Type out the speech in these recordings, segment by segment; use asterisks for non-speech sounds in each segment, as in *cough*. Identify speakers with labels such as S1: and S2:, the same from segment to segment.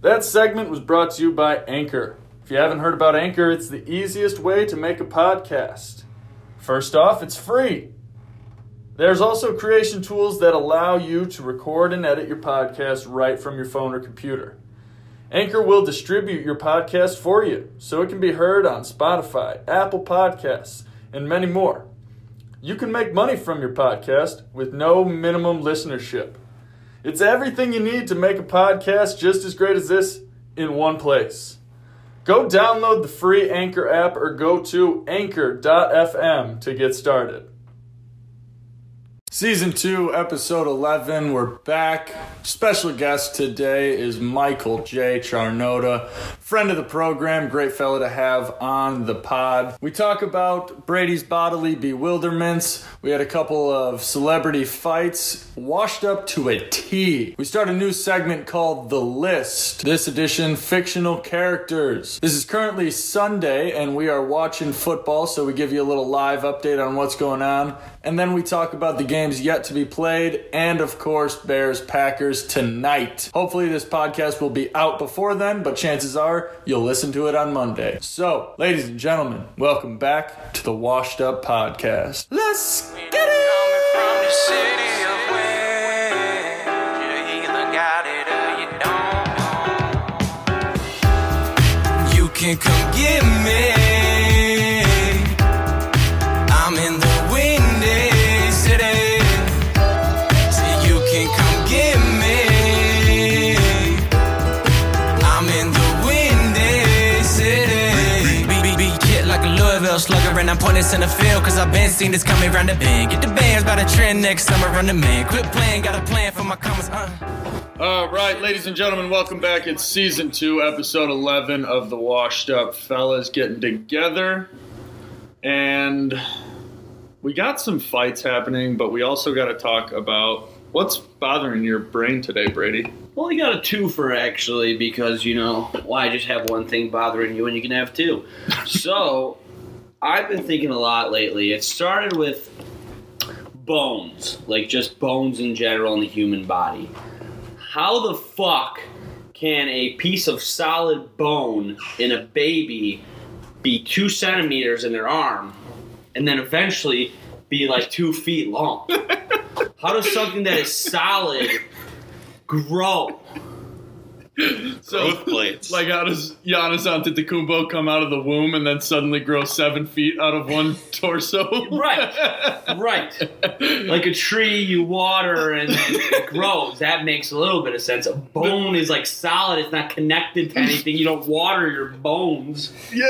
S1: That segment was brought to you by Anchor. If you haven't heard about Anchor, it's the easiest way to make a podcast. First off, it's free. There's also creation tools that allow you to record and edit your podcast right from your phone or computer. Anchor will distribute your podcast for you so it can be heard on Spotify, Apple Podcasts, and many more. You can make money from your podcast with no minimum listenership. It's everything you need to make a podcast just as great as this in one place. Go download the free Anchor app or go to anchor.fm to get started. Season 2, episode 11, we're back. Special guest today is Michael J. Charnota, friend of the program, great fella to have on the pod. We talk about Brady's bodily bewilderments. We had a couple of celebrity fights, washed up to a T. We start a new segment called The List. This edition, fictional characters. This is currently Sunday, and we are watching football, so we give you a little live update on what's going on. And then we talk about the games yet to be played and, of course, Bears Packers tonight. Hopefully, this podcast will be out before then, but chances are you'll listen to it on Monday. So, ladies and gentlemen, welcome back to the Washed Up Podcast. Let's get it!
S2: from the city of wind. You either got it or you uh, don't. You can come get me. I'm in the windy city. So you can come get me. I'm in the windy city. eh. Be, be, be hit like a Louisville slugger, and I'm pointing center field. Cause I've been seen this coming round the bend. Get the bands by the trend next summer, run the man. Quit playing, got a plan for my comments. Uh.
S1: All right, ladies and gentlemen, welcome back. It's season two, episode 11 of the Washed Up Fellas Getting Together. And we got some fights happening, but we also got to talk about what's bothering your brain today, Brady.
S3: Well, you got a twofer actually, because you know why just have one thing bothering you when you can have two. so, *laughs* I've been thinking a lot lately. It started with bones, like just bones in general in the human body. How the fuck can a piece of solid bone in a baby be two centimeters in their arm, and then eventually be like two feet long? How does something that is solid grow?
S1: So,
S4: plates.
S1: like, how does Giannis Antetokounmpo come out of the womb and then suddenly grow seven feet out of one *laughs* torso?
S5: *laughs*
S3: Right. Right. Like a tree you water and it grows. That makes a little bit of sense. A bone is like solid, it's not connected to anything. You don't water your bones.
S1: yeah,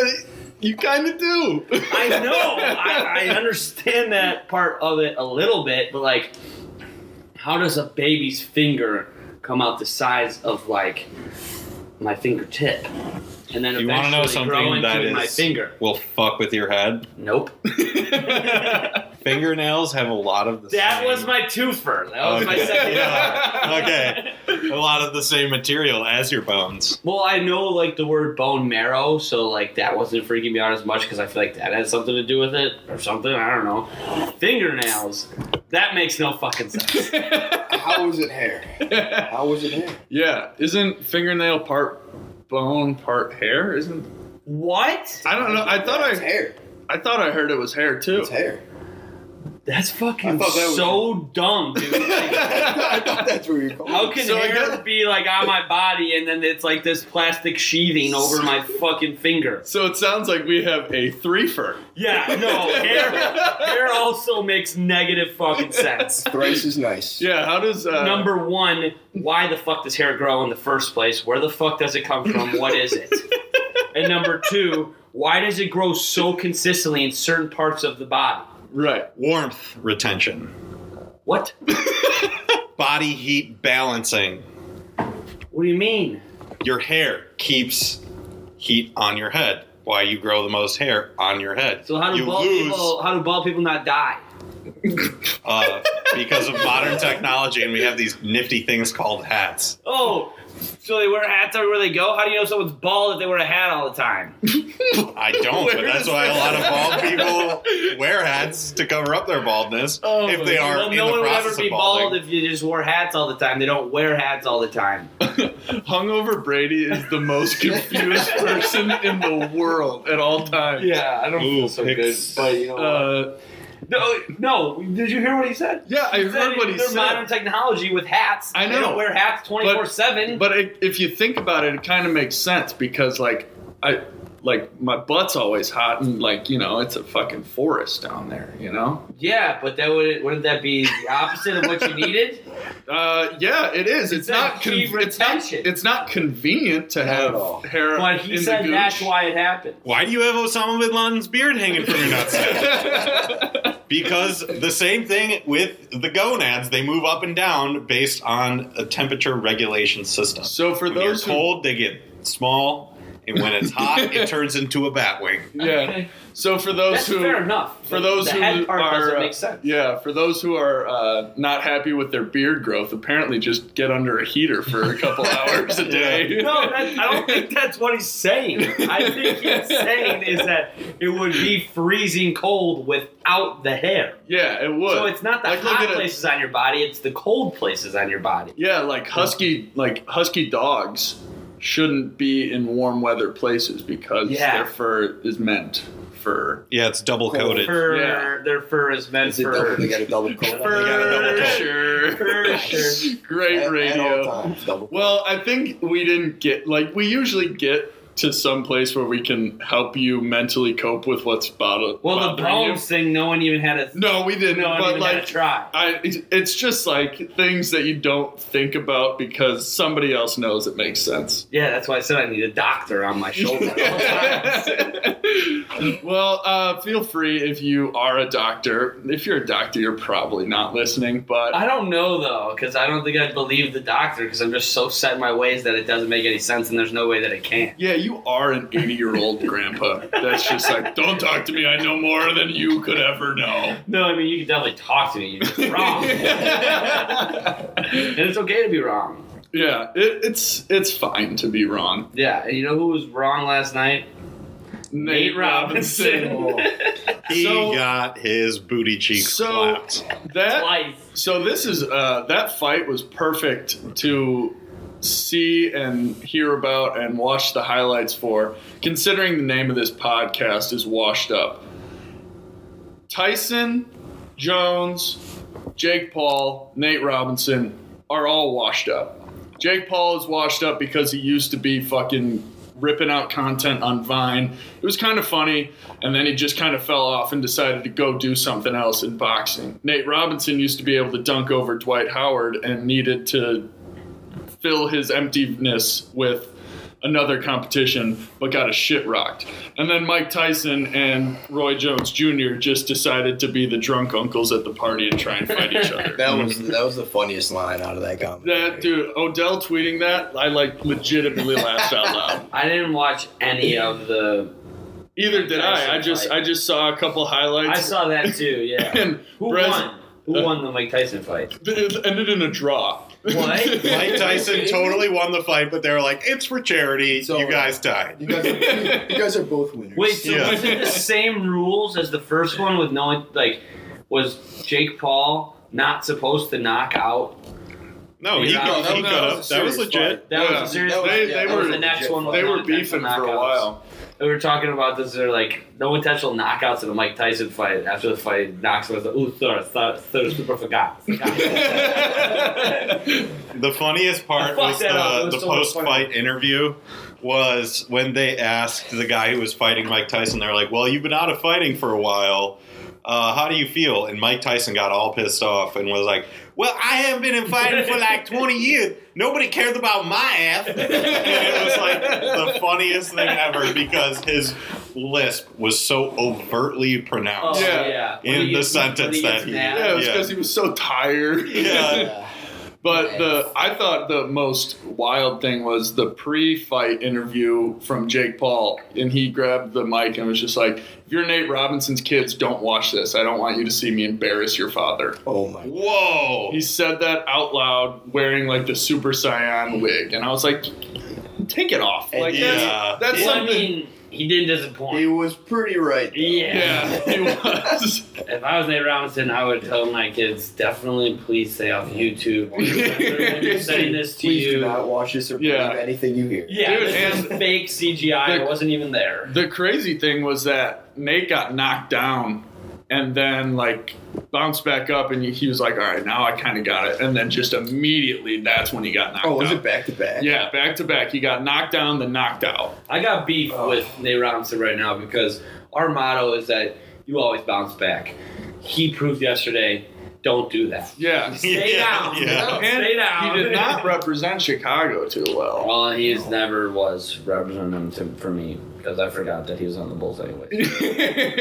S1: you kind of do. *laughs*
S3: I know. I, I understand that part of it a little bit, but like, how does a baby's finger come out the size of like my fingertip? And then
S4: You want to
S3: eventually
S4: know
S3: grow
S4: something
S3: into
S4: that is
S3: my finger.
S4: will fuck with your head?
S3: Nope.
S4: Fingernails have a lot of the
S3: That
S4: same,
S3: was my twofer. That was my
S4: Okay.
S3: second.
S4: okay, a lot of the same material as your bones.
S3: Well, I know like the word bone marrow, so like that wasn't freaking me out as much because I feel like that had something to do with it or something. I don't know. Fingernails. That makes no fucking sense.
S5: How is it hair? How is it hair?
S1: Yeah, isn't fingernail part bone, part hair? Isn't
S3: what?
S1: I don't know. I thought
S5: It's
S1: I
S5: hair.
S1: I thought I heard it was hair too.
S5: It's
S1: *laughs*
S5: hair.
S3: That's fucking
S5: I thought that was-
S3: so dumb, dude. Like,
S5: I thought that's where you're going. *laughs*
S3: how can
S1: So I
S3: hair
S1: guess-
S3: be like on my body and then it's like this plastic sheathing over my fucking finger?
S1: So it sounds like we have a threefer.
S3: Yeah, no.
S5: *laughs*
S3: Hair, hair also makes negative fucking sense.
S5: Thrice is nice.
S1: Yeah. How does uh,
S3: Number one, why the fuck does hair grow in the first place? Where the fuck does it come from? What is *laughs* it? and number two, why does it grow so consistently in certain parts of the body?
S1: Right.
S4: Warmth retention,
S3: What?
S4: body heat balancing.
S3: What do you mean?
S4: Your hair keeps heat on your head. Why you grow the most hair on your head?
S3: So how do
S4: you
S3: bald
S4: lose
S3: people? How do bald people not die?
S4: uh, because of modern technology, and we have these nifty things called hats.
S3: Oh, So they wear hats everywhere they go. How do you know someone's bald if they wear a hat all the time?
S4: I don't, but
S3: Where
S4: that's
S3: is
S4: why a lot
S3: that?
S4: of bald people wear hats to cover up their baldness if they are
S3: Oh, well,
S4: in
S3: no
S4: the
S3: one would ever
S4: process
S3: be
S4: of balding.
S3: bald if you just wore hats all the time. They don't wear hats all the time.
S5: Hungover Brady is the most *laughs* confused person in the world at all times.
S3: Yeah, I don't.
S4: Ooh,
S6: It's-
S4: picks.
S6: But you know,
S5: Uh,
S3: No, no. Did you hear what he said?
S5: yeah, I heard what he
S3: They're modern
S5: said.
S3: technology with hats.
S5: I
S3: They
S5: know.
S3: don't wear hats twenty four seven.
S5: But it, if you think about it, it kind of makes sense because, like, I like my butt's always hot, and like you know, it's a fucking forest down there. You know.
S3: Yeah, but that would wouldn't that be the opposite of what you
S5: *laughs*
S3: needed?
S5: Uh, yeah, it is.
S3: It's
S5: It's, not.
S3: that key
S5: it's not.
S3: retention.
S5: It's not convenient to have
S6: at all.
S5: hair.
S3: But he
S5: in
S3: said
S5: the
S3: that's
S5: gooch.
S3: why it happened.
S4: Why do you have Osama bin Laden's beard hanging from
S3: *laughs*
S4: your nutsack? because the same thing with the gonads, they move up and down based on a temperature regulation system.
S5: So for
S4: when
S5: those
S4: they're
S5: who,
S4: cold, they get small, and when it's
S3: *laughs*
S4: hot, it turns into a bat wing.
S5: *laughs* yeah. So for those
S3: That's
S5: who,
S3: fair enough.
S5: for those
S3: the
S5: who
S3: head part
S5: are,
S3: doesn't
S5: uh,
S3: make sense.
S5: yeah, for those who are uh, not happy with their beard growth, apparently just get under a heater for a
S6: *laughs*
S5: couple hours a day.
S3: *laughs* No, that, I don't think that's what he's saying. I think he's saying is that it would be freezing cold without the hair.
S5: *laughs* yeah, it would.
S3: So it's not the
S5: Like, look
S3: hot
S5: at it.
S3: places on your body; it's the cold places on your body.
S5: Yeah, like husky, like husky dogs shouldn't be in warm weather places because
S3: Yeah.
S5: their fur is meant for
S4: Yeah, it's double coated.
S3: Fur,
S5: Yeah.
S3: their fur is meant
S6: is it
S3: for.
S6: double? They got
S5: *laughs*
S6: a double coat.
S3: Fur-
S6: They got a double coat.
S5: sure.
S3: for sure.
S5: *laughs* Great
S6: At- at
S5: radio.
S6: all times, double coat.
S5: Well, I think we didn't get like we usually get to some place where we can help you mentally cope with what's bottled.
S3: Well, the bones thing, no one even had a
S5: No, we didn't.
S3: no one
S5: but
S3: even had
S5: like,
S3: a try.
S5: I, it's- it's just like things that you don't think about because somebody else knows it makes sense.
S3: Yeah, that's why I said I need a doctor on my shoulder.
S5: *laughs*
S3: *laughs*
S5: well, uh, feel free if you are a doctor. If you're a doctor, you're probably not listening, but
S3: I don't know though, because I don't think I'd believe the doctor because I'm just so set in my ways that it doesn't make any sense, and there's no way that it can.
S5: Yeah, you are an 80 year old grandpa. That's just like, don't talk to me. I know more than you could ever
S3: *laughs*
S5: know.
S3: No, I mean you can definitely talk to me. You're *laughs* just wrong, and it's okay to be wrong.
S5: Yeah, it, it's it's fine to be wrong.
S3: Yeah, and you know who was wrong last night? Nate Robinson.
S4: He
S5: So-
S4: got his booty cheeks
S5: *laughs* So-
S4: slapped.
S5: That
S3: Twice.
S5: so this is uh, that fight was perfect to see and hear about and watch the highlights for. Considering the name of this podcast is washed up. Tyson, Jones, Jake Paul, Nate Robinson are all washed up. Jake Paul is washed up because he used to be fucking ripping out content on Vine. It was kind of funny, and then he just kind of fell off and decided to go do something else in boxing. Nate Robinson used to be able to dunk over Dwight Howard and needed to fill his emptiness with another competition, but got a shit rocked. And then Mike Tyson and Roy Jones Jr. just decided to be the drunk uncles at the party and try and fight each other.
S6: That was that was the funniest line out of that comment.
S5: Hmm. That dude, Odell tweeting that, I like legitimately laughed
S3: *laughs*
S5: out loud.
S3: I didn't watch any of the.
S5: Either did I. I just I just saw a couple highlights.
S3: I saw that too. *laughs* Yeah.
S5: *laughs* and
S3: Who
S5: Brez-
S3: won? Who won the Mike Tyson fight?
S5: It ended in a draw. *laughs*
S3: What? *laughs*
S4: Mike Tyson totally won the fight, but they were like, it's for charity.
S6: So-
S4: you guys died.
S6: You guys, are, you guys are both winners.
S3: Wait, so
S4: Yeah.
S3: was
S5: *laughs*
S3: it the same rules as the first one with no one? Like, was Jake Paul not supposed to knock out?
S4: No, he,
S3: Yeah,
S4: could,
S6: that
S4: he could
S6: was- that
S4: have.
S6: was a
S4: That was
S6: serious
S4: legit.
S3: That
S5: Yeah.
S3: was a serious.
S6: That was-
S5: They,
S6: yeah,
S5: they
S6: that
S5: were
S6: was
S3: the next one. was
S5: they were
S3: non-intentional
S5: beefing for a
S3: knockouts.
S5: while.
S3: And we were talking about this. They're like no intentional knockouts in the Mike Tyson fight. After the fight, knocks was like, "Ooh, sorry, sorry, sorry, super
S5: *laughs*
S3: forgot." forgot."
S4: The funniest
S3: I *laughs*
S4: part
S3: fucked
S4: was
S3: that up. It was
S4: the, the
S3: so much
S4: post fight interview was when they asked the guy who was fighting Mike Tyson, they're like, Well, you've been out of fighting for a while. Uh, how do you feel? And Mike Tyson got all pissed off and was like, Well, I haven't been in fighting
S3: *laughs*
S4: for like 20 years. Nobody cares about my ass. And it was like the funniest thing ever because his lisp was so overtly
S3: oh,
S4: pronounced.
S5: Yeah.
S3: yeah.
S4: In the sentence that he-
S5: Yeah, it was
S3: *laughs*
S4: Yeah.
S5: because he was so tired.
S4: Yeah.
S6: Yeah.
S5: *laughs* But the I thought the most wild thing was the pre-fight interview from Jake Paul, and he grabbed the mic and was just like, "If you're Nate Robinson's kids, don't watch this. I don't want you to see me embarrass your father."
S6: Oh my.
S4: Whoa!
S5: He said that out loud, wearing like the Super Saiyan wig, and I was like, "Take it off!" Like
S4: Yeah.
S5: that's, that's
S3: Well, I
S5: something.
S3: mean, he did disappoint.
S6: He was pretty right. though.
S5: yeah, he was. *laughs*
S3: If I was Nate Robinson, I would tell my kids definitely please stay off *laughs* YouTube. When you're saying this to
S6: Please do
S3: you,
S6: not watch this or believe
S5: Yeah.
S6: anything you hear.
S3: yeah,
S5: Dude,
S3: this is
S5: and-
S3: fake CGI. It wasn't even there.
S5: The crazy thing was that Nate got knocked down and then like bounced back up and he was like, all right, now I kind of got it. And then just immediately that's when he got knocked
S6: Oh, was
S5: out.
S6: it back to back?
S5: Yeah, back to back. He got knocked down, then knocked out.
S3: I got beef
S6: Oh.
S3: with Nate Robinson right now because our motto is that you always bounce back. He proved yesterday, don't do that.
S5: Yeah.
S3: Stay
S4: Yeah,
S3: down.
S4: yeah.
S5: And
S3: Stay down.
S5: he did not represent Chicago too well.
S3: Well, he's never was representing them to, for me because I forgot that he was on the Bulls
S6: *laughs*
S3: anyway.
S5: *laughs*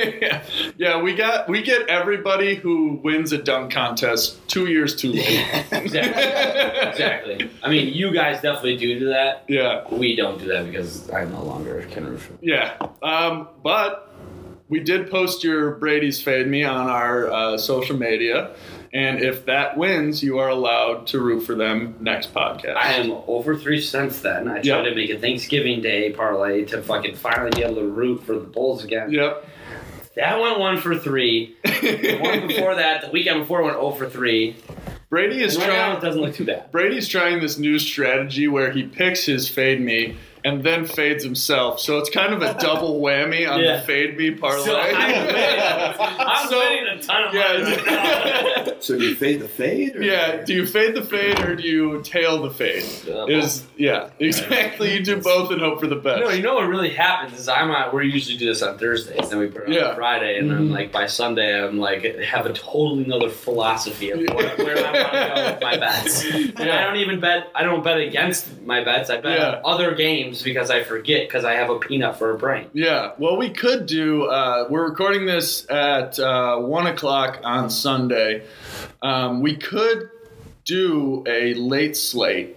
S5: yeah, we got we get everybody who wins a dunk contest two years too late.
S3: exactly. *laughs* Exactly. I mean, you guys definitely do do that.
S5: *laughs* yeah.
S3: We don't do that because I no longer can root for.
S5: Yeah. Um, but we did post your Brady's Fade Me on our uh, social media. And if that wins, you are allowed to root for them next podcast.
S3: I am over three since then. I tried
S5: Yep.
S3: to make a Thanksgiving Day parlay to fucking finally be able to root for the Bulls again.
S5: Yep. *laughs*
S3: That went one for three. The one before that, the weekend before, went 0 for three.
S5: Brady is
S3: Right now, it
S5: trying.
S3: doesn't look too bad.
S5: Brady's trying this new strategy where he picks his fade me and then fades himself. So it's kind of a
S3: *laughs*
S5: double whammy on
S3: Yeah.
S5: the fade me parlay.
S3: So
S5: *laughs*
S3: I'm winning. I'm
S5: So-
S3: winning a ton of money. right now.
S5: yeah.
S6: So do you fade the fade? Or
S5: Yeah, do you fade the fade or do you tail the fade?
S3: Yeah,
S5: Is yeah, exactly. You do both and hope for the best.
S3: No, you know what really happens is I'm on, we usually do this on Thursdays, then we put it
S5: Yeah.
S3: on Friday, and then like by Sunday I'm like have a totally another philosophy of what, where I want to go with my
S5: *laughs*
S3: bets, and I don't even bet I don't bet against my bets. I bet
S5: Yeah.
S3: other games because I forget because I have a peanut for a brain.
S5: Yeah, well, we could do. Uh, we're recording this at uh, one o'clock on Sunday. Um, we could do a late slate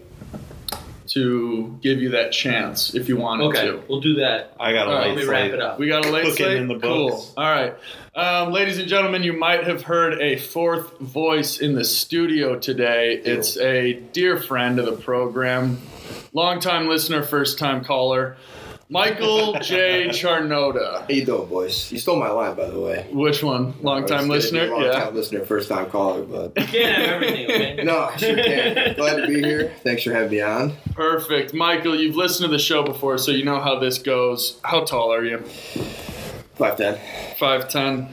S5: to give you that chance if you wanted
S3: Okay,
S5: to.
S3: we'll do that.
S4: I got a
S5: Alright,
S3: Let
S4: late
S3: me
S4: slate.
S3: wrap it up.
S5: We got a late
S4: Cooking
S5: slate.
S4: in the books.
S5: Cool. All right, um, ladies and gentlemen, you might have heard a fourth voice in the studio today. It's a dear friend of the program, longtime listener, first time caller, Michael
S4: *laughs*
S5: J. Charnoda.
S6: How you doing, boys? You stole my line, by the way.
S5: Which one? Long time listener?
S6: Long
S5: yeah.
S6: time listener, first time caller, but
S3: Can't have everything.
S5: *laughs*
S3: Okay.
S6: no, I sure can. Glad to be here. Thanks for having me on.
S5: Perfect. Michael, you've listened to the show before, so you know how this goes. How tall are you?
S6: Five ten.
S5: 5'10.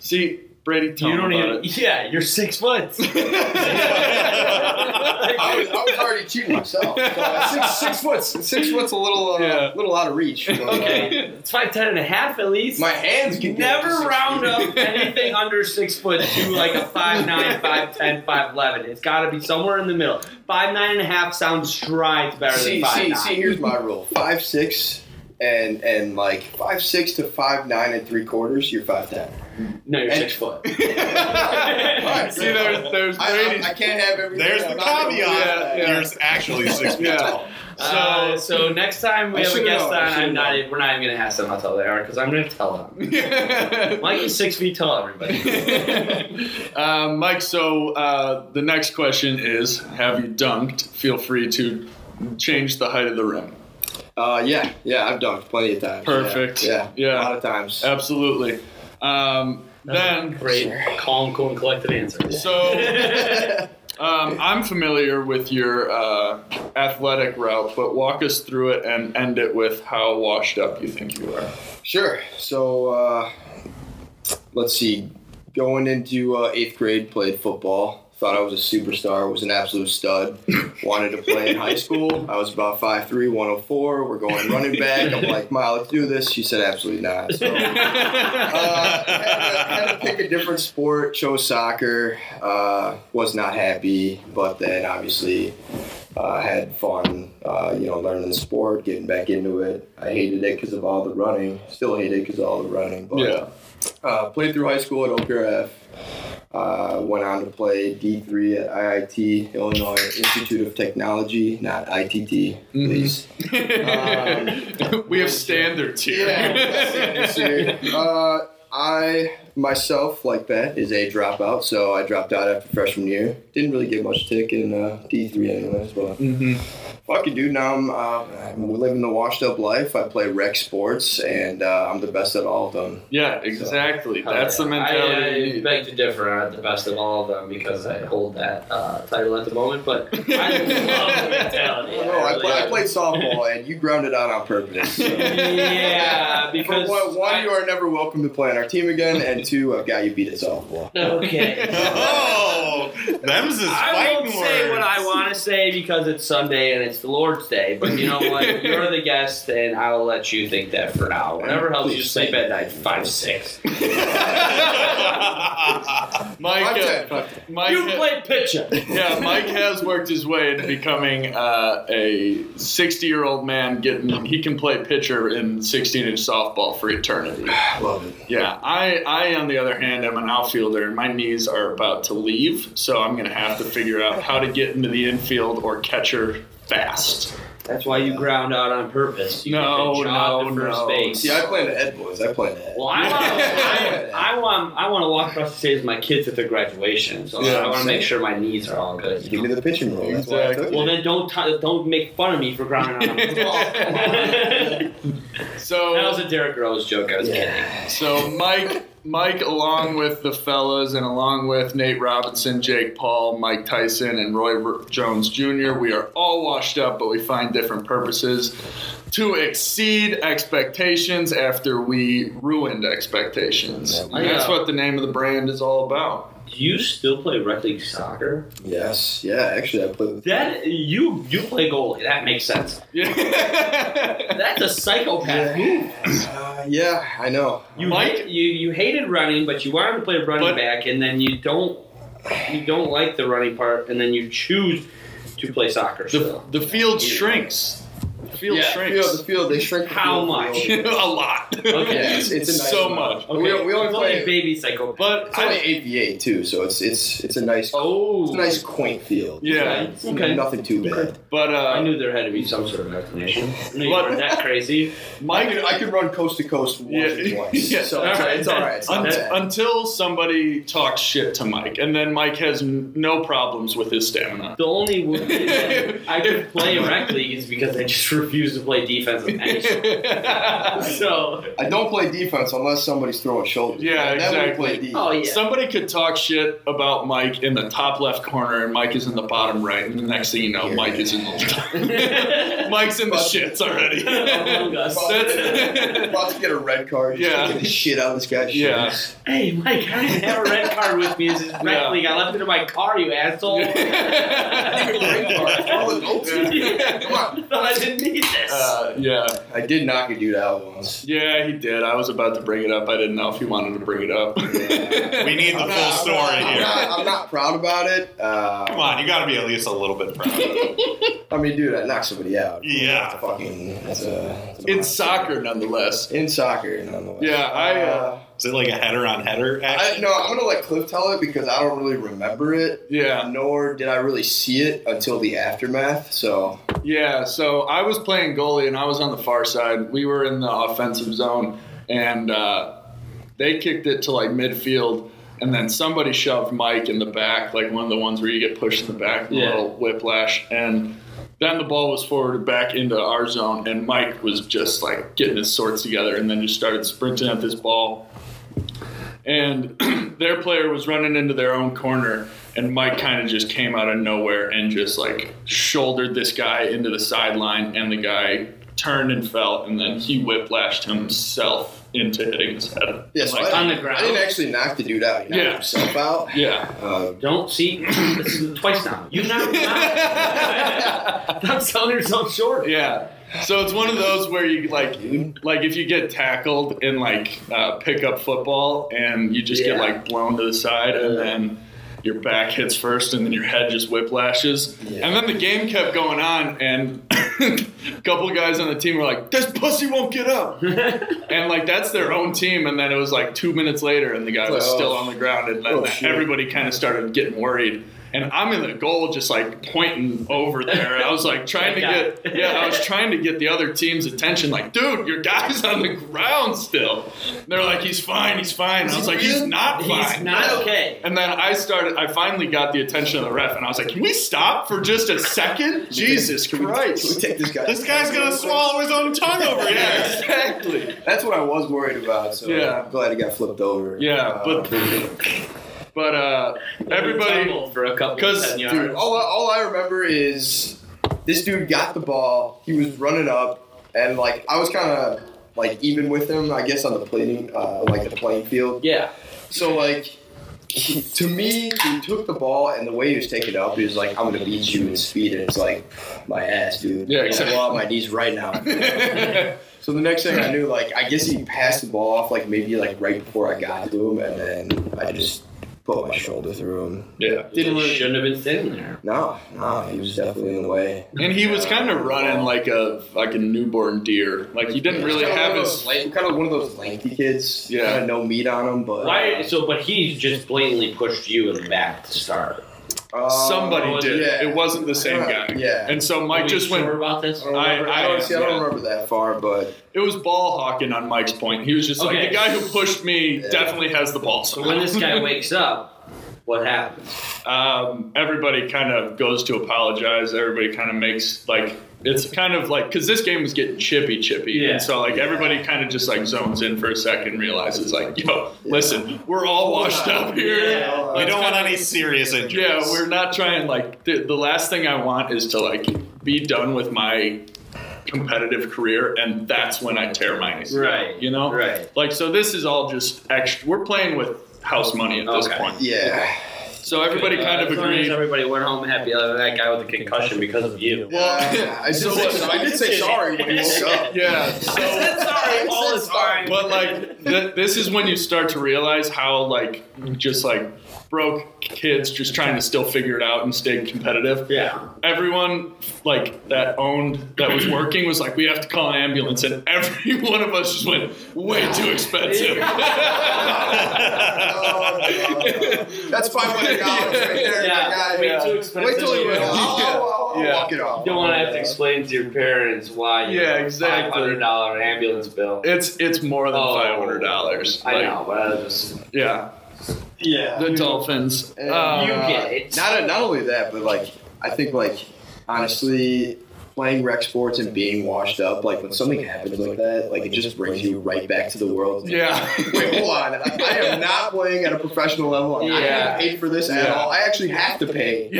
S5: See, Brady, tell
S3: You
S5: me
S3: don't
S5: about
S3: even. Yeah, you're six foot.
S5: *laughs*
S6: I was, I was already cheating myself. So uh, six, six foot. Six foot's a little, uh,
S5: Yeah.
S6: little out of reach. but, uh,
S5: Okay.
S3: *laughs* It's five ten and a half at least.
S6: my hands can get up *laughs* to
S3: Never
S6: six
S3: round
S6: feet.
S3: up anything under six foot to like a five nine, five ten, five eleven. It's got to be somewhere in the middle. Five nine and a half sounds strides better
S6: See,
S3: than five
S6: see,
S3: nine.
S6: see. Here's my rule: five six and and like five six to five nine and three quarters. You're five ten.
S3: No, you're
S6: And-
S3: six foot.
S6: *laughs*
S5: it. *laughs* See, there's, there's
S6: I,
S5: Brady.
S6: I, I can't have everything.
S4: There's the
S6: I'm
S4: caveat.
S6: not gonna do that.
S5: Yeah.
S4: You're actually six feet
S5: Yeah.
S4: tall.
S3: Uh, so next time we
S6: I
S3: have a
S6: should've
S3: guest
S6: known, I
S3: on, I'm
S6: should've
S3: not.
S6: known.
S3: even- We're not even gonna ask them how tall they are because I'm gonna tell them. Mike is six feet tall.
S6: *laughs*
S3: Everybody.
S5: *laughs* Uh, Mike, so uh, the next question is Have you dunked? Feel free to change the height of the rim.
S6: Uh, yeah, yeah. I've dunked plenty of times.
S5: Perfect.
S6: Yeah, yeah.
S5: Yeah.
S6: A lot of times.
S5: Absolutely. Um, then.
S3: Great, calm, cool, and collected answer.
S5: So, um, I'm familiar with your uh, athletic route, but walk us through it and end it with how washed up you think you are.
S6: Sure. So uh, let's see. Going into uh, eighth grade, played football. Thought I was a superstar. Was an absolute stud. Wanted to play in high school. I was about 5'3", 104. We're going running back. I'm like, Ma, let's do this. She said, absolutely not. So, uh, had, to, had to pick a different sport. Chose soccer. Uh, was not happy, but then obviously uh, had fun, uh, you know, learning the sport, getting back into it. I hated it because of all the running. Still hate it because of all the running. But
S5: Yeah.
S6: uh, played through high school at OPRF. Uh, went on to play D3 at IIT, Illinois Institute of Technology, not ITT, please. Um,
S3: Um,
S5: *laughs* we have standards here.
S6: Yeah. *laughs* uh, I myself, like that, is a dropout, so I dropped out after freshman year. Didn't really get much tick in uh, D3 anyways, but fuck it, dude. Now I'm, uh, I'm living the washed up life. I play rec sports, and uh, I'm the best at all of them.
S5: *laughs* yeah, exactly. That's the
S3: I, I
S5: mentality. we need.
S3: beg to differ on the best of all of them because I hold that uh, title at the moment.
S5: *laughs*
S3: But I love the mentality.
S6: Oh, No, I,
S3: really
S6: play, I
S3: do.
S6: played softball, and you grounded out on purpose. So.
S3: Yeah, because
S6: For one, one
S3: I-
S6: you are never welcome to play on our team again, and two, I've got you beat at softball. *laughs*
S3: okay.
S4: Oh, them's is
S3: I
S4: fighting
S3: won't say what I
S4: words.
S3: want to say because it's Sunday and it's the Lord's Day. But you know
S5: *laughs*
S3: what? You're the guest, and I'll let you think that for now. Whatever helps you
S6: Please.
S3: sleep at night, five six.
S5: Mike,
S6: Five
S5: uh, Mike,
S3: You play pitcher.
S5: yeah, Mike has worked his way into becoming uh, a 60 year old man. Getting he can play pitcher in 16 inch softball for eternity.
S6: I love it.
S5: Yeah, I, I on the other hand am an outfielder and my knees are about to leave, so I'm gonna have to figure out how to get into the infield or catcher fast.
S3: That's why you ground out on purpose. You
S5: No,
S3: get the job to
S5: no,
S3: first
S5: no.
S3: base.
S6: Oh, See, I play in the Ed boys. I play in the Ed.
S3: Well, I want, I, I want, I want to walk across the stage with my kids at their graduation, so
S5: Yeah.
S3: I want to make sure my knees are all good.
S6: Give me the pitching role. That's why I
S3: *laughs*
S6: took
S3: Well,
S6: it.
S3: then don't t- don't make fun of me for grounding
S6: *laughs*
S3: on them. that Oh, was
S5: *laughs* So
S3: a Derrick Rose joke. I was
S5: so Mike Mike along with the fellas and along with Nate Robinson, Jake Paul, Mike Tyson, and Roy R- Jones Jr. We are all washed up, but we find different purposes to exceed expectations after we ruined expectations. And
S3: Yeah.
S5: that's what the name of the brand is all about.
S3: kidding. Do you still play rec league soccer?
S6: Yes. Yeah. Actually, I play with.
S3: That you you play goalie. That makes sense.
S5: Yeah.
S3: That's a psychopath move.
S6: Uh, yeah, I know.
S3: You
S5: Mike-
S3: hate, you you hated running, but you wanted to play running
S5: But-
S3: back, and then you don't you don't like the running part, and then you choose to play soccer.
S5: *laughs* The,
S3: Still.
S5: the field shrinks. The field
S6: Yeah, the
S5: shrinks
S6: field, the field. They shrink. The
S3: How
S6: field
S3: much? *laughs* Oh,
S5: *laughs*
S6: field.
S5: a lot.
S6: Yeah,
S3: Okay.
S6: it's, it's a nice
S5: so
S6: amount.
S5: much.
S6: But We, we only
S3: It's only
S6: play.
S3: baby psychopath.
S5: But
S6: it's only
S5: I,
S6: AVA too, so it's it's it's a nice,
S3: oh,
S6: it's a nice quaint field.
S5: yeah,
S3: Okay. okay.
S6: Nothing too bad.
S5: but
S3: I
S5: uh,
S3: knew there had to be some sort of explanation. I knew you
S5: What?
S3: weren't that crazy.
S6: I
S5: Mike,
S6: could, I could run coast to coast once
S5: Yeah.
S6: or
S5: *laughs*
S6: twice.
S5: Yeah.
S6: So it's all right. It's all right. It's not
S5: un-
S6: bad.
S5: until somebody talks shit to Mike, and then Mike has n- no problems with his stamina. *laughs*
S3: The only way I could play in rec league is because I just *laughs* refuse to play defense of any
S5: *laughs*
S3: sort. So,
S6: I don't play defense unless somebody's throwing shoulders.
S5: Yeah,
S6: Then we
S5: exactly.
S6: play defense.
S3: oh yeah,
S5: Somebody could talk shit about Mike in the top left corner, and Mike is in the bottom right, and the next thing you know, Mike is in
S6: *laughs*
S5: the Mike's in the shits already.
S3: among us.
S5: That's- *laughs*
S6: about to get a red card. Just
S5: Yeah.
S6: Get the shit out of this guy's
S5: Yeah.
S6: shoes.
S3: Hey, Mike, I didn't have a red card with me. This is rec
S5: Yeah.
S3: league. I left it in my car, you
S5: *laughs*
S3: asshole.
S6: *laughs*
S3: *laughs*
S6: All adults. Come *laughs* on.
S3: Thought I didn't need this.
S5: Uh, yeah.
S6: I did knock a dude out once.
S5: *laughs* Yeah, he did. I was about to bring it up. I didn't know if he wanted to bring it up. *laughs*
S4: We need the full
S6: I'm not- I'm
S4: story
S6: not- I'm
S4: here.
S6: not- I'm not proud about it. Uh,
S4: Come on, you got to be at least a little bit proud.
S6: I mean, dude, I knocked somebody out. It's a
S4: yeah.
S6: fucking. It's a, it's a
S5: in soccer, nonetheless.
S6: In soccer, nonetheless.
S5: Yeah, I, uh,
S4: Is it like a header on header
S6: I,
S4: action?
S6: no, I'm gonna let Cliff tell it because I don't really remember it.
S5: Yeah.
S6: Nor did I really see it until the aftermath. So
S5: Yeah, so I was playing goalie and I was on the far side. We were in the offensive zone and uh, they kicked it to like midfield. And then somebody shoved Mike in the back, like one of the ones where you get pushed in the back, the
S3: Yeah.
S5: little whiplash. And then the ball was forwarded back into our zone, and Mike was just like getting his sorts together and then just started sprinting at this ball. And *clears throat* their player was running into their own corner, and Mike kind of just came out of nowhere and just like shouldered this guy into the sideline, and the guy turned and fell, and then he whiplashed himself into hitting his head.
S6: yes,
S5: Like,
S6: I, didn't-
S3: on the ground.
S6: I didn't actually knock the dude out. He knocked
S5: Yeah.
S6: himself out.
S5: yeah.
S6: Uh,
S3: Don't see. this is twice now. You knocked me
S5: *laughs*
S3: out. Stop selling yourself short.
S5: Yeah. So it's one of those where you like, like if you get tackled in like uh, pickup football and you just get
S3: Yeah.
S5: like blown to the side and then your back hits first and *laughs* then your head just whiplashes. And then the game kept going on and a couple of guys on the team were like, "This pussy won't get up," and like that's their own team. And then it was like two minutes later, and the guy was
S6: like,
S5: still
S6: oh,
S5: on the ground, and then
S6: oh, shit.
S5: everybody kind of started getting worried. And I'm in the goal, just like pointing over there. I was like trying to
S3: That guy.
S5: get, yeah, I was trying to get the other team's attention. Like, dude, your guy's on the ground still. And they're like, he's fine, he's fine. And I was like, he's not fine.
S3: He's not okay.
S5: And then I started. I finally got the attention of the ref, and I was like, "Can we stop for just a *laughs* second? Jesus
S6: We
S5: Christ!"
S6: take this guy.
S4: This guy's gonna swallow his own tongue over
S5: Yeah,
S4: here.
S5: exactly.
S6: That's what I was worried about. So
S5: Yeah.
S6: I'm glad he got flipped over.
S5: Yeah,
S6: Uh,
S5: but but uh, everybody,
S3: Tumble for a couple of
S5: because
S3: ten yards.
S6: dude, all I, all I remember is this dude got the ball. He was running up, and like I was kind of like even with him, I guess, on the playing, uh, like the playing field.
S3: yeah,
S6: So like. he- to me, he took the ball and the way he was taking it up, he was like, "I'm gonna beat you in speed," and it's like, "My ass, dude!
S5: Yeah,
S6: I'm gonna
S5: exactly.
S6: blow out my knees
S5: *laughs*
S6: right now." So the next thing I knew, like I guess he passed the ball off, like maybe like right before I got to him, and then I just put my shoulder through him.
S5: *laughs* yeah,
S3: It shouldn't have been sitting there.
S6: No, no, he was definitely in the way.
S5: and he was kind of running like a like a newborn deer. Like he didn't really have his.
S6: kind of one of those lanky kids.
S5: Yeah.
S6: kinda no meat on him, but
S3: Why? So, but he just blatantly pushed you in the back to start.
S6: uh,
S5: Somebody
S3: was
S5: did.
S6: it?
S5: It wasn't the same
S6: Yeah,
S3: *laughs*
S5: guy.
S6: yeah.
S5: And so Mike
S3: Are we
S5: just
S3: sure
S5: went.
S3: about this.
S6: I don't remember,
S5: I-
S6: I,
S5: I-
S6: honestly, I
S5: yeah.
S6: don't remember that far, but
S5: It was ball hawking on Mike's point. He was just
S3: Okay.
S5: like the guy who pushed me
S6: Yeah.
S5: definitely has the ball.
S3: So when this guy wakes up, what happens?
S5: um, everybody kind of goes to apologize. Everybody kind of makes like it's kind of like because this game was getting chippy chippy,
S3: Yeah.
S5: and so like everybody kind of just like zones in for a second, realizes like, yo, listen, we're all washed up here.
S3: Yeah.
S4: We
S5: Let's
S4: don't want
S5: kinda-
S4: any serious injuries.
S5: Yeah, we're not trying like the, the last thing I want is to like be done with my competitive career, and that's when I tear my ACL.
S3: Right,
S5: You know,
S3: right.
S5: Like so, this is all just extra. We're playing with house money at this
S3: Okay.
S5: point.
S6: yeah,
S5: So everybody kind of
S3: As long as
S5: agreed.
S3: Everybody went home happy. Other than that guy with the concussion because of you.
S6: well, I did,
S5: so
S6: say,
S5: what-
S6: I did say sorry when he woke *laughs* up.
S5: Yeah. So. *laughs*
S3: sorry, all is fine.
S5: but like th- this is when you start to realize how like just like broke kids just trying to still figure it out and stay competitive
S3: yeah,
S5: everyone like that owned that was working was like we have to call an ambulance and every *laughs* one of us just went way too expensive
S6: Oh, God. That's five hundred dollars right there,
S3: Yeah,
S6: my guy.
S3: way too expensive.
S6: Wait till he went.
S3: Yeah.
S6: I'll, I'll, I'll
S5: Yeah.
S6: walk it off.
S3: you don't want to have to explain to your parents why. You
S5: Yeah,
S3: know,
S5: exactly.
S3: Five hundred dollar ambulance bill.
S5: it's it's more than
S3: Oh.
S5: five hundred dollars
S3: I know, but I was just
S5: yeah
S6: Yeah.
S5: the dolphins
S6: And
S5: Um,
S3: you get it.
S6: Uh, Not not only that, but like I think like honestly, playing rec sports and being washed up, like when something happens like that, like it just brings you right back to the world.
S5: yeah
S6: Wait,
S5: *laughs*
S6: hold on. I I am not playing at a professional level. I'm not
S5: Yeah.
S6: getting paid for this at
S5: Yeah.
S6: all. I actually have to pay.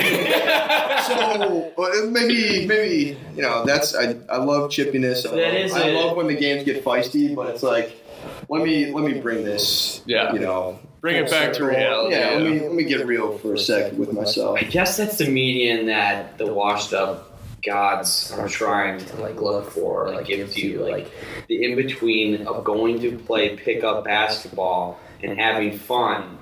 S6: so uh, maybe, maybe you know, that's I, I love chippiness. I,
S3: That
S6: love-
S3: is
S6: I
S3: a-
S6: love when the games get feisty, but it's like, let me let me bring this.
S5: Yeah.
S6: You know,
S5: bring it back to reality
S6: yeah, let me let me get real for a second with myself.
S3: I guess that's the median that the washed up gods are trying to like look for, like gives you like the in between of going to play pickup basketball and having fun,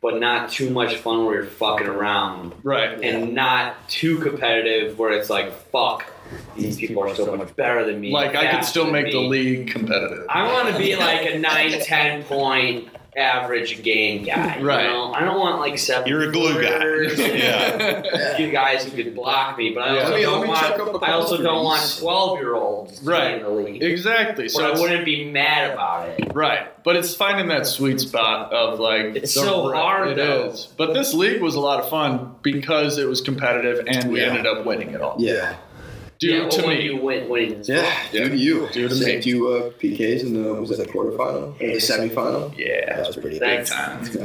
S3: but not too much fun where you're fucking around.
S5: right
S3: And not too competitive where it's like fuck, these people are so much better than me.
S5: like i could
S3: faster
S5: still
S3: than
S5: make the
S3: me.
S5: league competitive
S3: I want to be like a *laughs* 9, 10 point average game guy. you
S5: Right.
S3: know? I don't want like seven.
S4: You're a glue
S5: *laughs*
S4: guy.
S3: footers and
S4: Yeah.
S3: a few guys who could block me, but I
S5: Yeah.
S3: also
S6: Let me-
S3: don't
S6: let me check up
S3: want.
S6: the
S3: I also don't want
S6: boundaries.
S3: twelve year olds
S5: Right.
S3: in the league.
S5: exactly
S3: So
S5: so
S3: I
S5: it's-
S3: wouldn't be mad about it.
S5: Right, but it's finding that sweet spot of like
S3: It's
S5: the
S3: so
S5: right-
S3: hard,
S5: It
S3: though.
S5: is. but this league was a lot of fun because it was competitive and we
S6: Yeah.
S5: ended up winning it all.
S6: Yeah.
S5: Due
S3: yeah,
S5: to
S3: well,
S5: me,
S3: you win, win.
S6: Yeah,
S5: Yeah.
S6: due to you.
S5: Due to me.
S6: Sent you uh, PKs in the was that the quarterfinal or the semifinal?
S5: yeah,
S6: That was pretty
S3: That's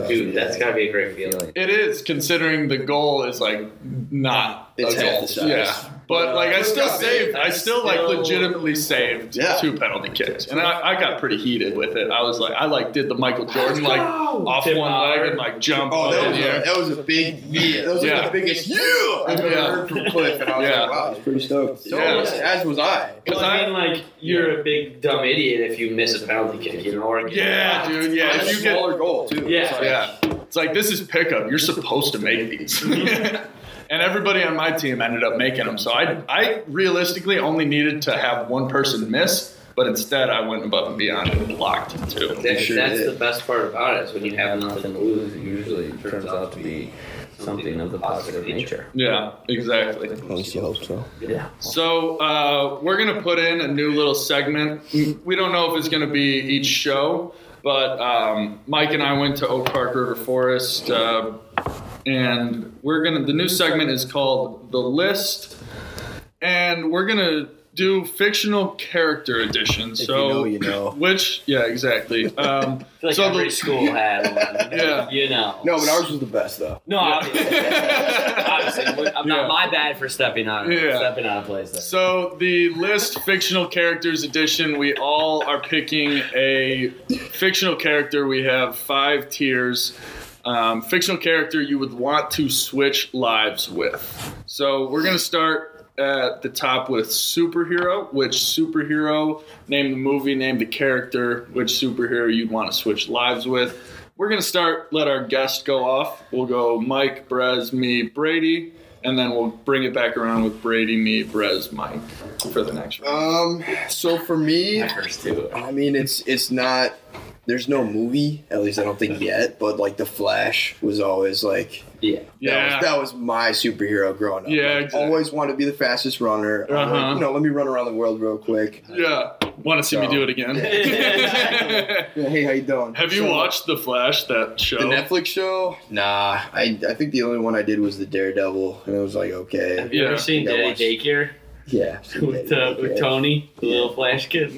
S3: dude. That's gotta be a great feeling.
S5: it is. Considering the goal is like not
S6: It's
S5: a
S6: half
S5: goal.
S6: the size.
S5: Yeah, but like I still
S6: That's
S5: saved. I still like
S3: still-
S5: legitimately saved
S6: Yeah.
S5: two penalty kicks, and I, I got pretty heated with it. I was like, I like did the Michael Jordan like off
S3: Tim
S5: one
S3: Howard.
S5: leg and like jump.
S6: Oh,
S5: up
S6: that
S5: in
S6: was,
S5: the air.
S6: a, that was a big yeah. That was like
S5: Yeah.
S6: the biggest you I've ever
S5: Yeah.
S6: heard from Cliff, and I was
S5: Yeah.
S6: like, wow, he's pretty stoked. So
S5: Yeah.
S6: was- as was I.
S5: 'Cause
S3: Well, I
S5: I-
S3: mean, like you're a big dumb idiot if you miss a penalty kick, you know? Or
S5: yeah, dude.
S6: I
S5: Yeah,
S6: had
S5: if
S6: a
S5: you get
S6: smaller goal too.
S3: Yeah.
S6: It's like,
S5: Yeah. It's like this is pickup. You're supposed to make these. *laughs* And everybody on my team ended up making them. So I, I realistically only needed to have one person miss, but instead I went above and beyond and blocked two.
S3: That,
S6: sure
S3: that's
S6: did.
S3: the best part about it is when you have nothing to lose, it usually turns out to be something of the positive nature.
S5: Yeah, exactly.
S6: At least you hope so.
S3: Yeah.
S5: So uh, we're gonna put in a new little segment. We don't know if it's gonna be each show, but um, Mike and I went to Oak Park River Forest, uh, and we're gonna. The new segment is called the list, and we're gonna do fictional character edition. so
S6: you know, you know.
S5: Which yeah, exactly.
S6: *laughs*
S5: Um,
S3: I feel like
S5: so
S3: every
S5: *laughs* the-
S3: school had one.
S5: *laughs* Yeah.
S3: You know.
S6: No, but ours was the best though.
S3: No, obviously. obviously. I'm
S5: Yeah.
S3: not my bad for stepping on
S5: Yeah.
S3: stepping out of place there.
S5: So the list fictional characters edition, we all are picking a fictional character. We have five tiers. Um, fictional character you would want to switch lives with. So we're gonna start at the top with superhero. Which superhero? Name the movie. Name the character. Which superhero you'd want to switch lives with? We're gonna start. Let our guest go off. We'll go Mike, Brez, me, Brady, and then we'll bring it back around with Brady, me, Brez, Mike for the next round.
S6: Um, so for me,
S3: First two.
S6: I mean, it's it's not. There's no movie, at least I don't think yet. But like the Flash was always like
S3: Yeah.
S6: that, was, that was my superhero growing up.
S5: Yeah,
S6: Like,
S5: exactly.
S6: always wanted to be the fastest runner. I'm like,
S5: Uh-huh.
S6: you know, let me run around the world real quick.
S5: Yeah. Want to see me do it again?
S6: Yeah, Hey, how you
S5: *laughs*
S6: doing?
S5: Have you
S6: So,
S5: watched The Flash, that show?
S6: the Netflix show? Nah, I I think the only one I did was the Daredevil, and it was like okay,
S3: Have you
S5: Yeah.
S3: ever seen
S6: Yeah,
S3: Daddy
S6: watch.
S3: Daycare
S6: yeah.
S5: *laughs*
S3: with, uh, with Tony, the little flash
S6: *laughs*
S3: kid?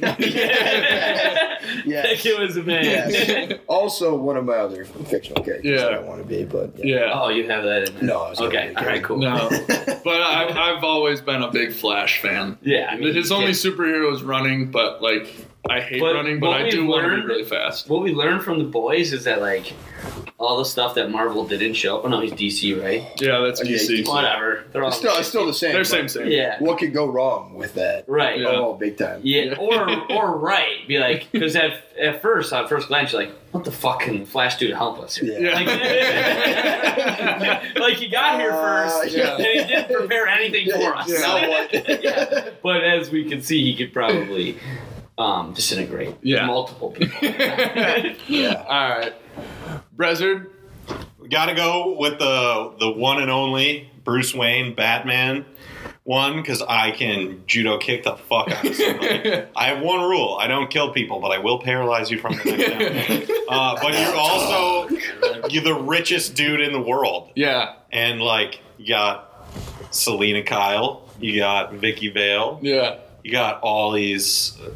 S6: Yeah.
S3: That kid was a man.
S6: Yes. Also, one of my other fictional characters
S5: Yeah.
S6: that I want to be, but yeah.
S5: yeah.
S3: *laughs* Oh, you have that in there.
S6: No, I was
S3: Okay. All
S6: *laughs*
S3: right. Cool.
S5: No. But I, I've always been a big Flash fan.
S3: Yeah. I mean,
S5: His only
S3: yeah.
S5: superhero is running, but like I hate
S3: But
S5: running, but
S3: what
S5: I
S3: we
S5: do want to be
S3: learned-
S5: really fast.
S3: what we learned from the boys is that like all the stuff that Marvel didn't show up. Oh no, he's DC, right?
S5: Yeah, that's
S6: Okay,
S5: DC.
S3: Whatever. They're all
S6: It's still, it's still the same.
S5: They're
S6: but
S5: same, same. *laughs*
S3: yeah.
S6: What could go wrong with that?
S3: Right.
S5: Yeah.
S6: Oh, big time.
S3: Yeah, or or right, be like, because at, at first, on first glance, you're like, what the fuck can Flash do to help us? Here?
S6: Yeah.
S5: Yeah.
S3: Like, *laughs* like he got here
S6: Uh,
S3: first,
S6: yeah.
S3: and he didn't prepare anything for us.
S6: Now
S3: *laughs*
S6: what?
S3: But as we can see, he could probably um, disintegrate
S5: Yeah.
S3: multiple people.
S6: yeah.
S5: All right. Brezard.
S4: We gotta go with the the one and only Bruce Wayne Batman one because I can judo kick the fuck out of somebody. I have one rule: I don't kill people, but I will paralyze you from the neck down. Uh, but you're also you're the richest dude in the world,
S5: Yeah.
S4: and like you got Selena Kyle, you got Vicky Vale,
S5: Yeah.
S4: you got all these uh,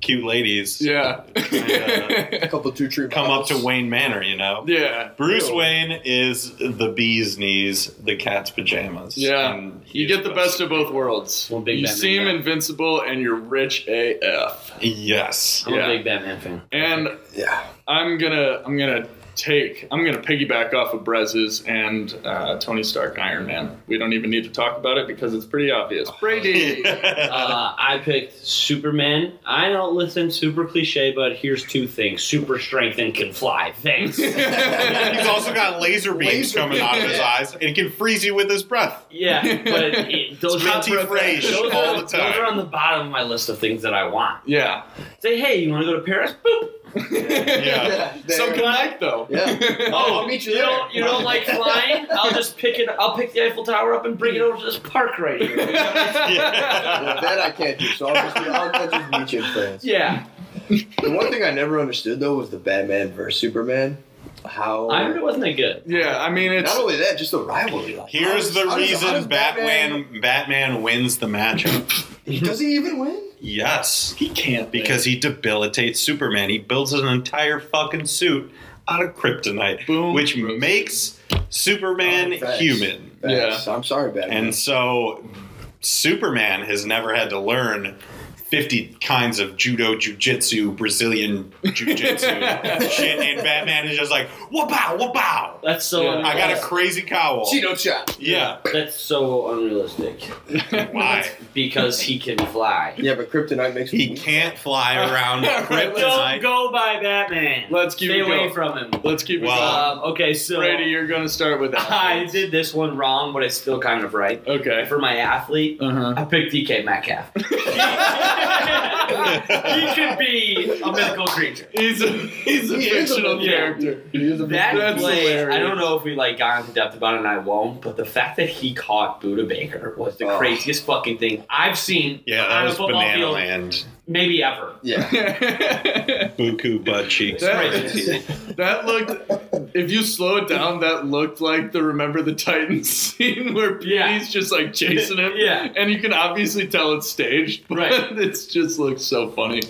S4: cute ladies
S5: Yeah. *laughs*
S6: A couple two tree
S4: come up
S6: models.
S4: to Wayne Manor, you know.
S5: yeah.
S4: Bruce
S6: Really?
S4: Wayne is the bee's knees, the cat's pajamas.
S5: Yeah.
S4: And he
S5: You
S4: is
S5: get the best of both worlds.
S3: One big
S5: You
S3: Batman
S5: seem
S3: guy.
S5: invincible and you're rich AF. *laughs*
S4: Yes.
S3: I'm
S5: Yeah.
S3: a big Batman fan.
S5: And
S6: Yeah.
S5: I'm gonna I'm gonna take I'm gonna piggyback off of Brez's and uh, Tony Stark Iron Man. We don't even need to talk about it because it's pretty obvious.
S4: *laughs*
S5: Brady.
S3: Uh, I picked Superman. I don't listen super cliche, but here's two things: super strength and can fly. Thanks.
S4: He's also got laser beams coming out of his eyes, and he can freeze you with his breath.
S5: *laughs*
S3: Yeah, but it, those, are,
S4: minty fresh
S3: those, are,
S4: all the
S3: those
S4: time.
S3: are on the bottom of my list of things that I want.
S5: *laughs* yeah.
S3: Say, hey, you want to go to Paris? Boop.
S4: *laughs* Yeah.
S6: There.
S5: Some connect though. *laughs*
S6: Yeah.
S3: Oh,
S6: I'll meet you
S3: you
S6: there.
S3: don't you don't like
S6: *laughs*
S3: flying? I'll just pick it. I'll pick the Eiffel Tower up and bring it over to this park right
S5: *laughs*
S3: here.
S6: Well, that I can't do, so I'll just, I'll, I'll just meet you in France.
S3: Yeah,
S6: The one thing I never understood though was the Batman versus Superman. How?
S3: I heard it wasn't that good.
S5: Yeah. I mean it's
S6: not only that, just the rivalry. Like, how
S4: Here's
S6: does-
S4: the
S6: how does- how does
S4: reason
S6: Batman-
S4: Batman Batman wins the matchup.
S6: *laughs* Does he even win?
S4: Yes.
S5: he can't
S4: Because he debilitates Superman. He builds an entire fucking suit out of kryptonite,
S5: Boom.
S4: which makes Superman
S6: Oh, facts.
S4: human.
S6: Facts. I'm sorry, Batman.
S4: And so Superman has never had to learn 50 kinds of judo, jujitsu, Brazilian jujitsu shit, and Batman is just like, whoop-ow, whoop-ow.
S3: That's so.
S5: Yeah.
S4: I got a crazy cowl.
S6: Cheeto chop.
S4: Yeah,
S3: That's so unrealistic
S4: why?
S3: because he can
S5: *laughs*
S3: fly.
S6: Yeah, but kryptonite makes
S4: He can't fly around
S3: Don't
S4: kryptonite.
S3: go by Batman.
S5: Let's keep
S3: Stay
S5: it
S3: away
S5: going.
S3: from him.
S5: Let's keep it
S4: Wow.
S3: Um, okay, so
S5: going. Brady, you're gonna start with
S3: *laughs*
S5: that.
S3: I did this one wrong, but it's still kind of right.
S5: Okay.
S3: For my athlete,
S5: Uh huh.
S3: I picked DK Metcalf. he could be a mythical creature.
S5: He's a he's a
S6: He is a
S5: *laughs* fictional
S6: mythical
S5: character.
S3: That
S5: That's
S3: play,
S5: hilarious.
S3: I don't know if we like got into depth about it, and I won't. But the fact that he caught Buda Baker was the
S6: Oh.
S3: craziest fucking thing I've seen
S4: Yeah,
S3: on
S4: that
S3: a
S4: was
S3: football
S4: Banana
S3: field,
S4: Land.
S3: maybe ever.
S6: Yeah.
S5: *laughs*
S4: Buku butt cheeks.
S5: That- that looked. If you slow it down, that looked like the Remember the Titans *laughs* scene where Petey's
S3: Yeah.
S5: just like chasing him.
S3: Yeah.
S5: and you can obviously tell it's staged, *laughs* but
S3: Right.
S5: it's just looks so funny.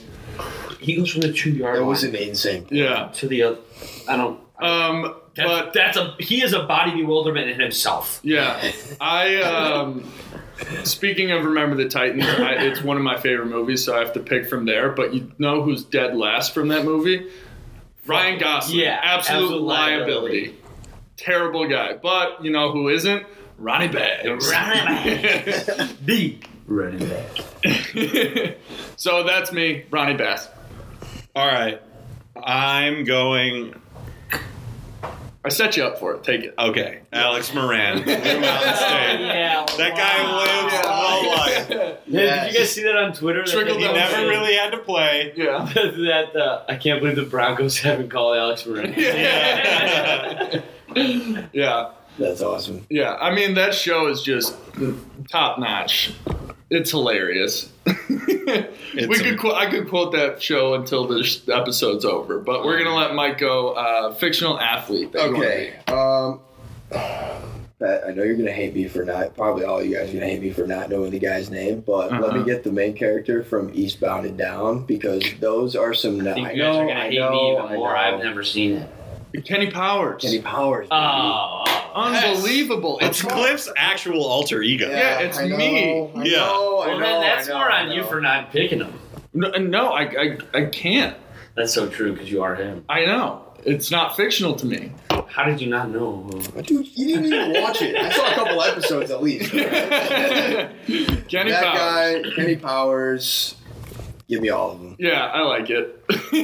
S3: He goes from the two yard
S6: That
S3: line
S6: was an insane.
S5: Yeah.
S3: to the other. I don't.
S5: Um.
S3: That,
S5: But
S3: that's a he is a body bewilderment in himself.
S5: Yeah, I. Um, speaking of Remember the Titans, I, it's one of my favorite movies, so I have to pick from there. But you know who's dead last from that movie? Ryan Gosling.
S3: Yeah,
S5: absolute,
S3: absolute
S5: liability.
S3: liability.
S5: Terrible guy. But you know who isn't? Ronnie Bags. *laughs*
S3: the running back.
S5: so that's me, Ronnie Bass.
S4: All right. I'm going.
S5: I set you up for it. Take it.
S4: Okay, Alex Moran. Blue Mountain State.
S3: Yeah,
S4: That guy lives a low life.
S3: Yeah, Did you guys see that on Twitter?
S5: Trickle
S4: He
S5: down
S4: never really had to play.
S5: *laughs* Yeah.
S3: *laughs* that uh, I can't believe the Broncos haven't called Alex Marin.
S4: *laughs* Yeah.
S5: Yeah.
S6: That's awesome.
S5: Yeah, I mean that show is just top notch. It's hilarious. *laughs* we
S4: a-
S5: could qu- I could quote that show until this episode's over, but we're gonna let Mike go. Uh, fictional athlete. that you wanna
S6: Okay. Um, *sighs* Pat, I know you're gonna hate me for not. Probably all you guys are gonna hate me for not knowing the guy's name, but let me
S5: Uh-huh.
S6: get the main character from Eastbound and Down because those are some.
S3: I think
S6: I
S3: you guys
S6: know,
S3: are gonna
S6: Oh I
S3: hate
S6: know,
S3: me even
S6: I
S3: more.
S6: know.
S3: I've never seen it.
S5: be. Kenny Powers.
S6: Kenny Powers.
S3: Oh,
S5: Unbelievable!
S4: It's
S5: It's
S4: Cliff's actual alter ego.
S6: baby.
S5: yeah, it's
S6: I know,
S5: me.
S6: I
S4: Yeah.
S6: know, I
S3: well,
S6: know,
S3: then that's
S6: I know,
S3: more
S6: I
S3: on you
S6: know.
S3: for not picking him.
S5: no, no, I, I I can't.
S3: That's so true because you are him.
S5: I know it's not fictional to me. *laughs*
S3: How did you not know?
S6: But dude, you didn't even watch it. I saw a couple episodes at
S5: *laughs*
S6: least.
S5: Kenny
S6: that
S5: Powers.
S6: guy, Kenny Powers. Give me all of them.
S5: Yeah, I like it.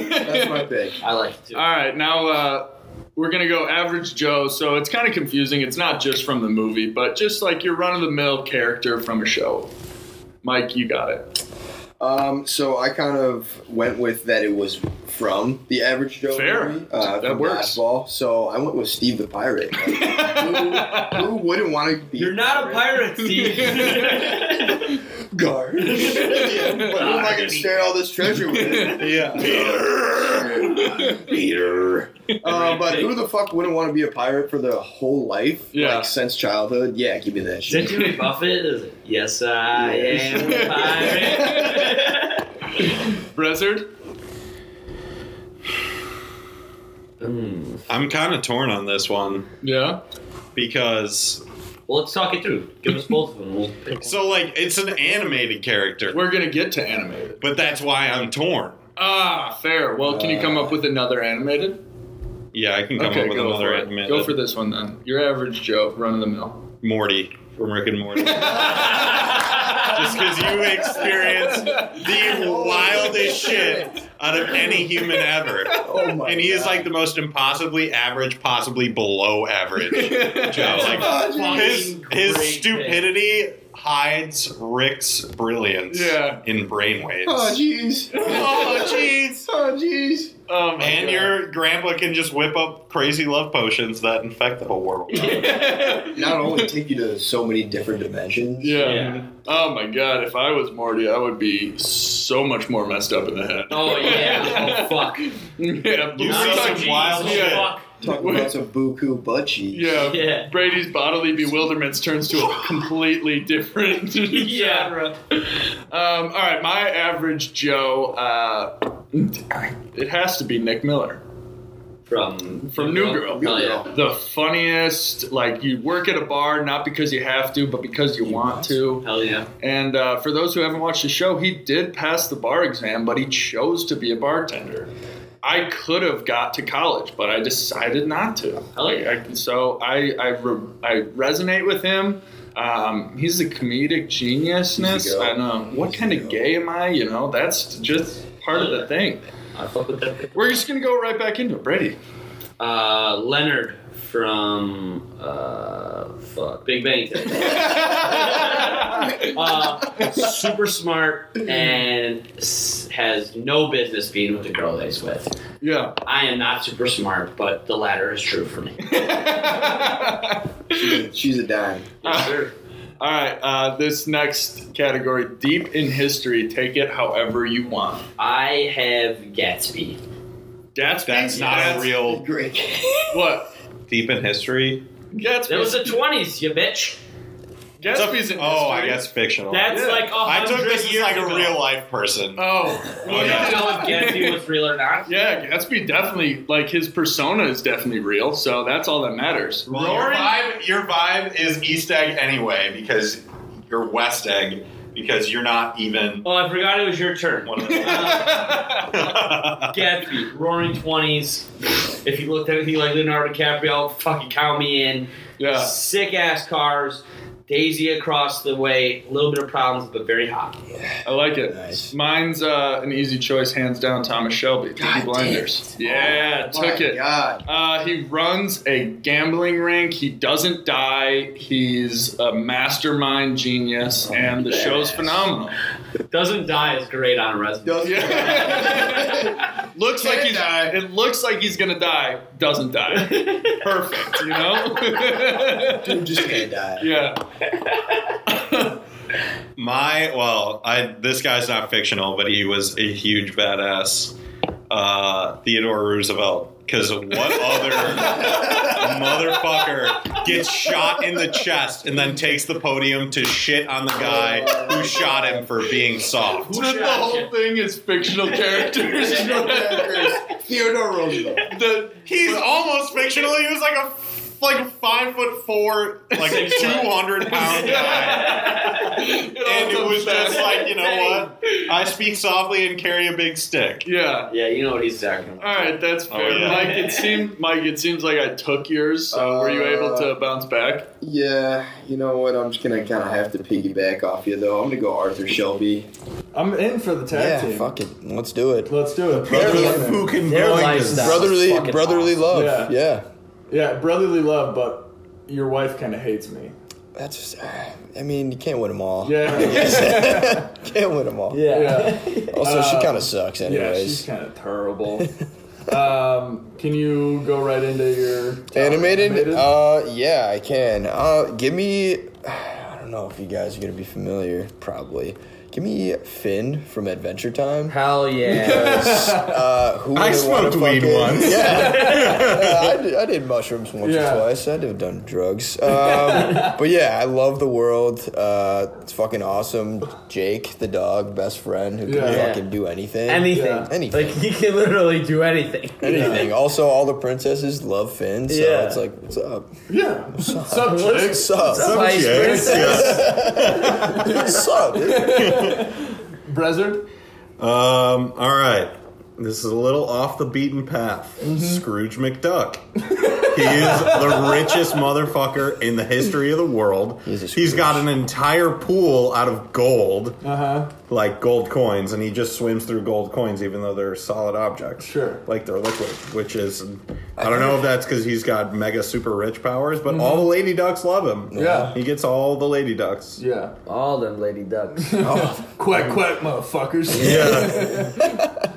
S6: That's
S5: *laughs*
S6: my pick.
S3: I like it too.
S5: All right, now uh, we're gonna go average Joe. So it's kind of confusing. It's not just from the movie, but just like your run of the mill character from a show. Mike, you got it.
S6: Um, so I kind of went with that it was from the average Joe
S5: Fair.
S6: movie. Uh,
S5: That
S6: from
S5: works.
S6: Dodgeball. So I went with Steve the Pirate. Like, who,
S5: *laughs*
S6: who wouldn't want to be?
S3: You're not a pirate, Steve.
S6: *laughs*
S3: *laughs*
S6: guard. Like, *laughs* who am I going to share all this treasure
S5: *laughs*
S6: with?
S4: Peter. Peter.
S6: Uh, but who the fuck wouldn't want to be a pirate for their whole life?
S5: Yeah.
S6: Like since childhood. Yeah, give me that
S3: Is that
S6: shit.
S3: Jimmy Buffett? Is it? Yes, I
S6: Yes.
S3: am
S6: *laughs*
S3: a pirate.
S5: Brezzard?
S3: Hmm.
S4: I'm kind of torn on this one
S5: Yeah.
S4: because
S3: Well, let's talk it through. Give us both of them. We'll pick one.
S4: so like it's an animated character,
S5: We're gonna get to animated.
S4: but that's why I'm torn.
S5: Ah, fair. Well, can you come up with another animated?
S4: Yeah, I can come
S5: okay,
S4: up with
S5: go
S4: another
S5: for it.
S4: animated.
S5: Go for this one then. Your average Joe, run of the mill.
S4: Morty from Rick and Morty.
S5: *laughs*
S4: Just because you experienced the wildest shit out of any human ever.
S6: Oh my
S4: And he is
S6: God.
S4: like the most impossibly average, possibly below average. *laughs*
S5: *laughs*
S4: Joe. Like, his his
S3: Great pick.
S4: stupidity hides Rick's brilliance
S5: Yeah.
S4: in brainwaves.
S6: Oh jeez.
S4: Oh, jeez.
S6: Oh jeez.
S5: Oh my
S4: And your grandpa can just whip up crazy love potions that infect the whole world.
S6: Not only take you to so many different dimensions.
S5: Yeah.
S3: Yeah.
S5: Oh my god, if I was Morty, I would be so much more messed up in the head.
S3: Oh yeah.
S5: *laughs*
S3: Oh fuck.
S5: yeah,
S4: You
S5: Blue's
S4: see
S5: like-
S4: some wild
S3: Oh,
S4: shit.
S3: fuck.
S6: Talk about some buku butt cheeks.
S5: Yeah.
S3: Yeah.
S5: Brady's bodily bewilderments turns to a completely different *laughs* genre. Um, all right, my average Joe. Uh, it has to be Nick Miller
S3: from
S5: From New Girl.
S3: Hell yeah.
S5: The funniest, like you work at a bar not because you have to, but because you want to.
S3: Hell yeah.
S5: And uh, for those who haven't watched the show, he did pass the bar exam, but he chose to be a bartender. I could have got to college, but I decided not to.
S3: Hell yeah.
S5: Like, I- so I I, re- I resonate with him. Um, he's a comedic
S6: He's
S5: geniusness.
S6: a go.
S5: I know. What kind of gay am I? You know, that's just part of the thing.
S3: I fuck with that. pick.
S5: We're just gonna go right back into it. Brady. *laughs*
S3: Uh, Leonard from uh, fuck Big Bang Theory. *laughs* uh, super smart and s- has no business being with the girl that he's with. *laughs*
S5: Yeah.
S3: I am not super smart, but the latter is true for me.
S6: She's a dime.
S3: Yes, sir.
S5: All right, uh, this next category, deep in history, take it however you want.
S3: I have Gatsby.
S5: Gatsby.
S4: That's not a
S5: Gats-
S4: real
S6: Great.
S5: What?
S4: deep in history.
S5: Gatsby.
S3: That was the twenties, you bitch.
S5: Gatsby's in
S4: oh, I
S5: history.
S4: guess fictional.
S3: That's
S5: Yeah.
S3: like a
S4: I
S3: hundred
S4: took this as
S3: years
S4: like a
S3: ago.
S4: real life person.
S5: Oh,
S3: You don't know if *laughs* Gatsby was real or not.
S5: yeah. Gatsby definitely, like his persona is definitely real. So that's all that matters.
S4: Well, your
S5: Roaring-
S4: vibe, your vibe is East Egg anyway because you're West Egg because you're not even
S3: Oh, I forgot it was your turn.
S4: one of the.
S3: Uh, Gatsby, Roaring Twenties. If you looked anything like Leonardo DiCaprio, fucking count me in.
S5: Yeah.
S3: Sick ass cars. Daisy across the way. A little bit of problems, but very hot.
S5: I like it.
S6: Nice.
S5: Mine's uh, an easy choice, hands down. Thomas Shelby, Peaky
S6: God
S5: Blinders. Yeah,
S4: Oh,
S5: took it.
S6: God.
S5: Uh, he runs a gambling rink. He doesn't die. He's a mastermind
S4: Oh,
S5: genius, and the show's
S4: *laughs*
S5: phenomenal.
S3: Doesn't die is great on resume.
S6: Does-
S5: looks like
S6: Can
S5: he's
S6: die.
S5: it looks like he's gonna die. Doesn't
S4: *laughs*
S5: die. Perfect. You know. *laughs*
S6: Dude, just can't die.
S5: yeah.
S4: My well, I this guy's not fictional, but he was a huge badass. Uh, Theodore Roosevelt. Because what other motherfucker gets shot in the chest and then takes the podium to shit on the guy who shot him for being soft?
S5: Just the whole thing is fictional
S4: *laughs*
S5: characters. you know what I mean?
S6: *laughs* Theodore Roosevelt.
S5: *laughs* the,
S4: He's almost fictional. He was like a like a five foot four, like
S3: Six
S4: two hundred pound guy, and it was just like you know what? I speak softly and carry a big stick.
S5: Yeah.
S3: Yeah, you know what he's talking about.
S5: All right, that's
S4: Oh,
S5: fair.
S4: yeah. Uh,
S5: Mike, it seemed Mike, it seems like I took yours. So were you able to bounce back?
S6: Yeah, you know what? I'm just gonna kind of have to piggyback off you though. I'm gonna go Arthur Shelby.
S1: I'm in for the tag team.
S7: fuck it. Let's do it.
S1: Let's do it.
S7: Brotherly,
S4: can
S3: Their lifestyle. is
S7: brotherly,
S3: fucking
S7: brotherly
S3: awesome.
S7: love.
S1: Yeah.
S7: Yeah.
S1: Yeah, brotherly love, but your wife kind of hates me.
S7: That's just, I mean, you can't win them all.
S1: *laughs* Yeah.
S7: Can't win them all.
S1: yeah.
S7: Also,
S1: Uh,
S7: she kind of sucks,
S1: Yeah, she's
S7: anyways.
S1: kind of *laughs* terrible. um, can you go right into your top
S7: animated? Uh, yeah, I can. Uh, give me. *sighs* I don't know if you guys are gonna be familiar. Probably. Give me Finn from Adventure Time.
S3: Hell yeah.
S7: Uh, who
S4: I
S7: wouldn't wanna
S4: smoked weed
S7: fucking-
S4: once.
S7: Yeah, Yeah, I, did, I did mushrooms once
S1: Yeah.
S7: or twice. I'd have done drugs. Um, but yeah, I love the world. Uh, it's fucking awesome. Jake, the dog, best friend who can
S1: Yeah.
S7: fucking do anything.
S3: anything.
S1: Yeah.
S7: anything.
S3: Like he can literally do *laughs* anything.
S7: anything. Also, all the princesses love Finn, so
S3: Yeah.
S7: it's like, what's up?
S1: yeah. *laughs* What's up, chicks?
S7: What's up?
S3: Vice versa.
S7: What's up, dude?
S1: Brezard?
S4: Um. All right. This is a little off the beaten path. Scrooge McDuck. he is the richest motherfucker in the history of the world.
S7: He's a
S4: He's got an
S7: Scrooge.
S4: entire pool out of gold,
S1: Uh huh.
S4: like gold coins, and he just swims through gold coins, even though they're solid objects.
S1: Sure.
S4: Like they're liquid, which is. I don't know if that's because he's got mega super rich powers, but all the lady ducks love him.
S1: Yeah.
S4: He gets all the lady ducks.
S1: Yeah.
S3: All them lady ducks.
S1: Quack, quack, motherfuckers.
S4: Yeah.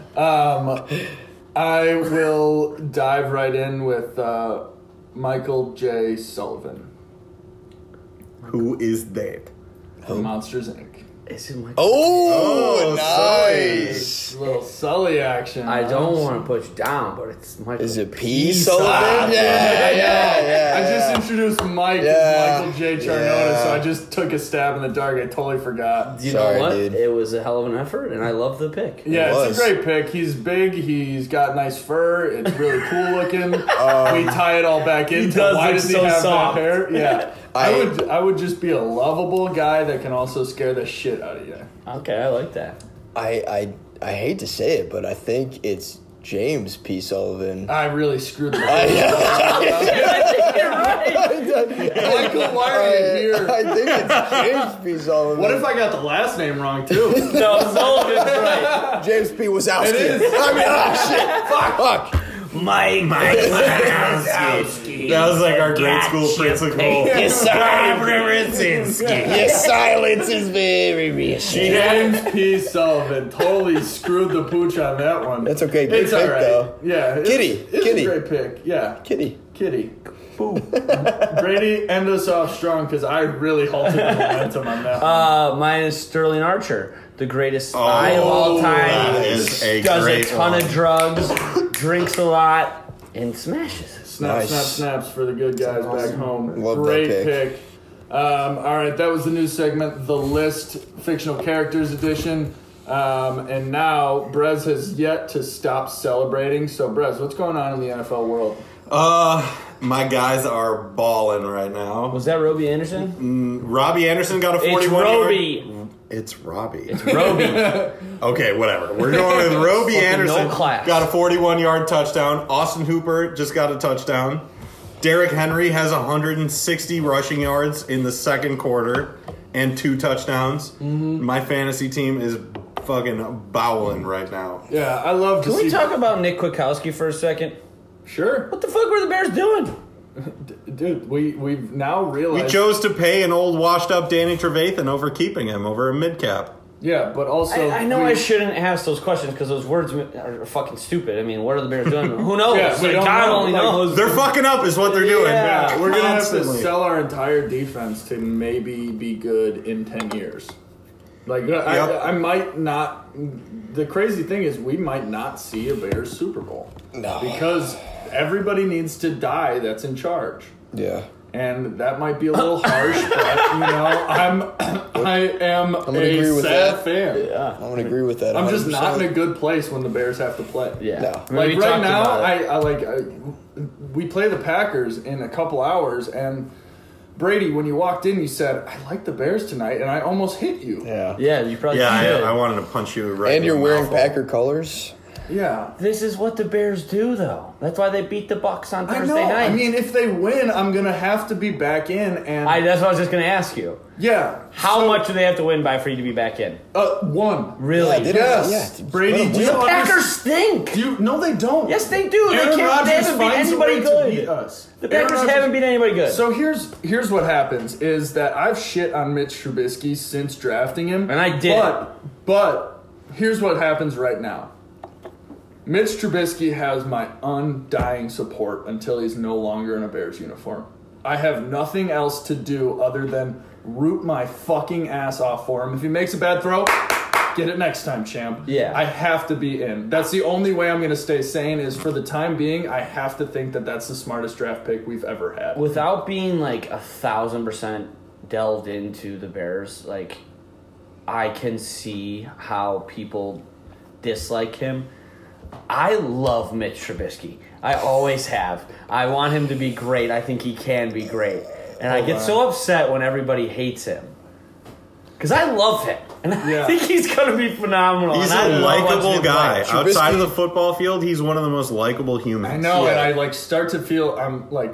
S1: I will dive right in with uh, Michael J. Sullivan
S4: *laughs* Who is that?
S1: from Monsters Inc.
S3: Is it like
S7: Oh,
S4: sorry.
S7: nice.
S1: Little little Sully action.
S8: I don't want to put you down, but it's Michael.
S6: Is it P.
S8: P.
S6: Sullivan?
S1: Ah,
S6: yeah, yeah, yeah.
S1: I
S6: yeah.
S1: just introduced Mike
S6: Yeah.
S1: as Michael J. Charnota,
S6: Yeah.
S1: so I just took a stab in the dark. I totally forgot.
S8: You
S6: Sorry,
S8: know what?
S6: dude.
S8: It was a hell of an effort, and I love the pick.
S1: Yeah,
S6: was.
S1: it's a great pick. He's big. He's got nice fur. It's really cool *laughs* looking. we tie it all back into
S8: does
S1: why
S8: look
S1: does he
S8: so
S1: have
S8: soft.
S1: that hair? *laughs* Yeah,
S6: I-
S1: I, would. I would just be a lovable guy that can also scare the shit out of you.
S8: Okay, I like that.
S6: I, I, I hate to say it, but I think it's James P. Sullivan.
S1: I really screwed the *laughs*
S6: *laughs*
S1: Michael. Why are you *laughs* here?
S6: I think it's James P. Sullivan.
S1: What if I got the last name wrong too?
S8: No, Sullivan's right.
S6: James P. was out? It
S1: is.
S6: I mean, oh shit! Fuck!
S8: Mike, Mike Wazowski.
S4: That was like our grade school principal.
S6: Your silence is very
S1: *laughs*
S6: reassuring.
S1: James P. Sullivan totally screwed the pooch on that one.
S6: That's okay. Good
S1: it's
S6: pick,
S1: all right.
S6: though.
S1: Yeah, it's-
S6: Kitty,
S1: It's
S6: kitty.
S1: a great pick. Yeah,
S6: Kitty.
S1: kitty. Brady, end us off strong because I really halted the momentum on that. one.
S8: Uh, mine is Sterling Archer, the greatest spy of all time.
S4: Oh, that is a
S8: does
S4: great
S8: a ton
S4: one.
S8: of drugs, drinks a lot, and smashes.
S1: Snap,
S6: nice.
S1: snap, snaps for the good guys back home.
S6: Love that
S1: great
S6: pick.
S1: pick. Um, all right, that was the new segment, the list, fictional characters edition. Um, and now Brez has yet to stop celebrating. So Brez, what's going on in the NFL world?
S4: Uh, my guys are balling right now.
S8: Was that Roby Anderson?
S4: Robbie Anderson got a
S8: It's
S4: 41.
S8: Roby.
S4: It's Robbie.
S8: Roby.
S4: *laughs* Okay, whatever. We're going with Roby
S8: Fucking
S4: Anderson.
S8: no class.
S4: Got a 41 yard touchdown. Austin Hooper just got a touchdown. Derrick Henry has 160 rushing yards in the second quarter and two touchdowns.
S8: Mm-hmm.
S4: My fantasy team is fucking bowling right now.
S1: Yeah, I love to
S8: Can we
S1: see.
S8: talk about Nick Kwiatkowski for a second?
S1: sure,
S8: What the fuck were the
S1: *laughs*
S8: Bears doing?
S1: dude. We we've now
S4: We
S1: realized.
S4: chose to pay an old washed up Danny Trevathan over keeping him over a mid cap.
S1: yeah, but also
S8: I, I know
S1: we-
S8: I shouldn't ask those questions because those words are fucking stupid. I mean, what are the Bears doing?
S1: *laughs*
S8: Who knows?
S1: Yeah, we
S8: Like,
S1: don't
S8: God
S1: know.
S8: only
S1: Like,
S8: knows.
S4: They're fucking up, is what they're doing.
S8: Yeah,
S1: We're gonna have to
S4: Constantly.
S1: sell our entire defense to maybe be good in ten years. Like
S4: Yep.
S1: I, I might not. The crazy thing is, we might not see a Bears Super Bowl
S6: No.
S1: because everybody needs to die that's in charge,
S6: Yeah.
S1: and that might be a
S6: *laughs*
S1: little harsh. But you know, I'm I am
S6: gonna
S1: a
S6: agree with
S1: sad
S6: that.
S1: fan.
S6: I'm gonna agree with that.
S1: I'm just not in a
S6: 100%.
S1: good place when the Bears have to play.
S8: Yeah.
S6: No.
S8: I mean, we
S1: Like right
S8: talked
S1: now,
S8: about
S1: I,
S8: it.
S1: I like I, we play the Packers in a couple hours, and Brady, when you walked in, you said, "I like the Bears tonight," and I almost hit you.
S6: Yeah.
S8: Yeah, you probably
S4: Yeah, I,
S8: should.
S4: I wanted to punch you right.
S6: And
S4: in
S6: you're
S4: the
S6: wearing
S4: mouthful.
S6: Packer colors.
S1: Yeah,
S8: This is what the Bears do, though. That's why they beat the Bucks on
S1: I
S8: Thursday
S1: know.
S8: night.
S1: I mean, if they win, I'm gonna have to be back in, and
S8: I- that's what I was just going to ask you.
S1: yeah,
S8: How
S1: So,
S8: much do they have to win by for you to be back in?
S1: Uh, one.
S6: Yeah,
S8: Really?
S6: they don't-
S1: Yes,
S6: yeah,
S1: Brady.
S6: what a
S1: Do you,
S6: win.
S1: understand-
S8: Packers stink.
S1: do you? No, they don't.
S8: Yes, they do. They
S1: Aaron
S8: can't. They
S1: Rodgers
S8: haven't beat
S1: finds a
S8: anybody
S1: way to
S8: good.
S1: beat us.
S8: The
S1: Aaron
S8: Packers
S1: Rodgers-
S8: haven't beat anybody good.
S1: So here's here's what happens is that I've shit on Mitch Trubisky since drafting him,
S8: And I did.
S1: But but here's what happens right now. Mitch Trubisky has my undying support until he's no longer in a Bears uniform. I have nothing else to do other than root my fucking ass off for him. If he makes a bad throw, get it next time, champ.
S8: Yeah.
S1: I have to be in. That's the only way I'm going to stay sane is for the time being, I have to think that that's the smartest draft pick we've ever had.
S8: without being like a thousand percent delved into the Bears, like I can see how people dislike him. I love Mitch Trubisky. I always have. I want him to be great. I think he can be great. And I get so upset when everybody hates him. Because I love him. *laughs* And I
S1: Yeah.
S8: think he's going to be phenomenal.
S4: He's
S8: and I
S4: a
S8: love watching
S4: likable
S8: him
S4: guy.
S8: play.
S4: Outside of the football field, he's one of the most likable humans.
S1: I know, and
S6: Yeah.
S1: I like start to feel I'm like.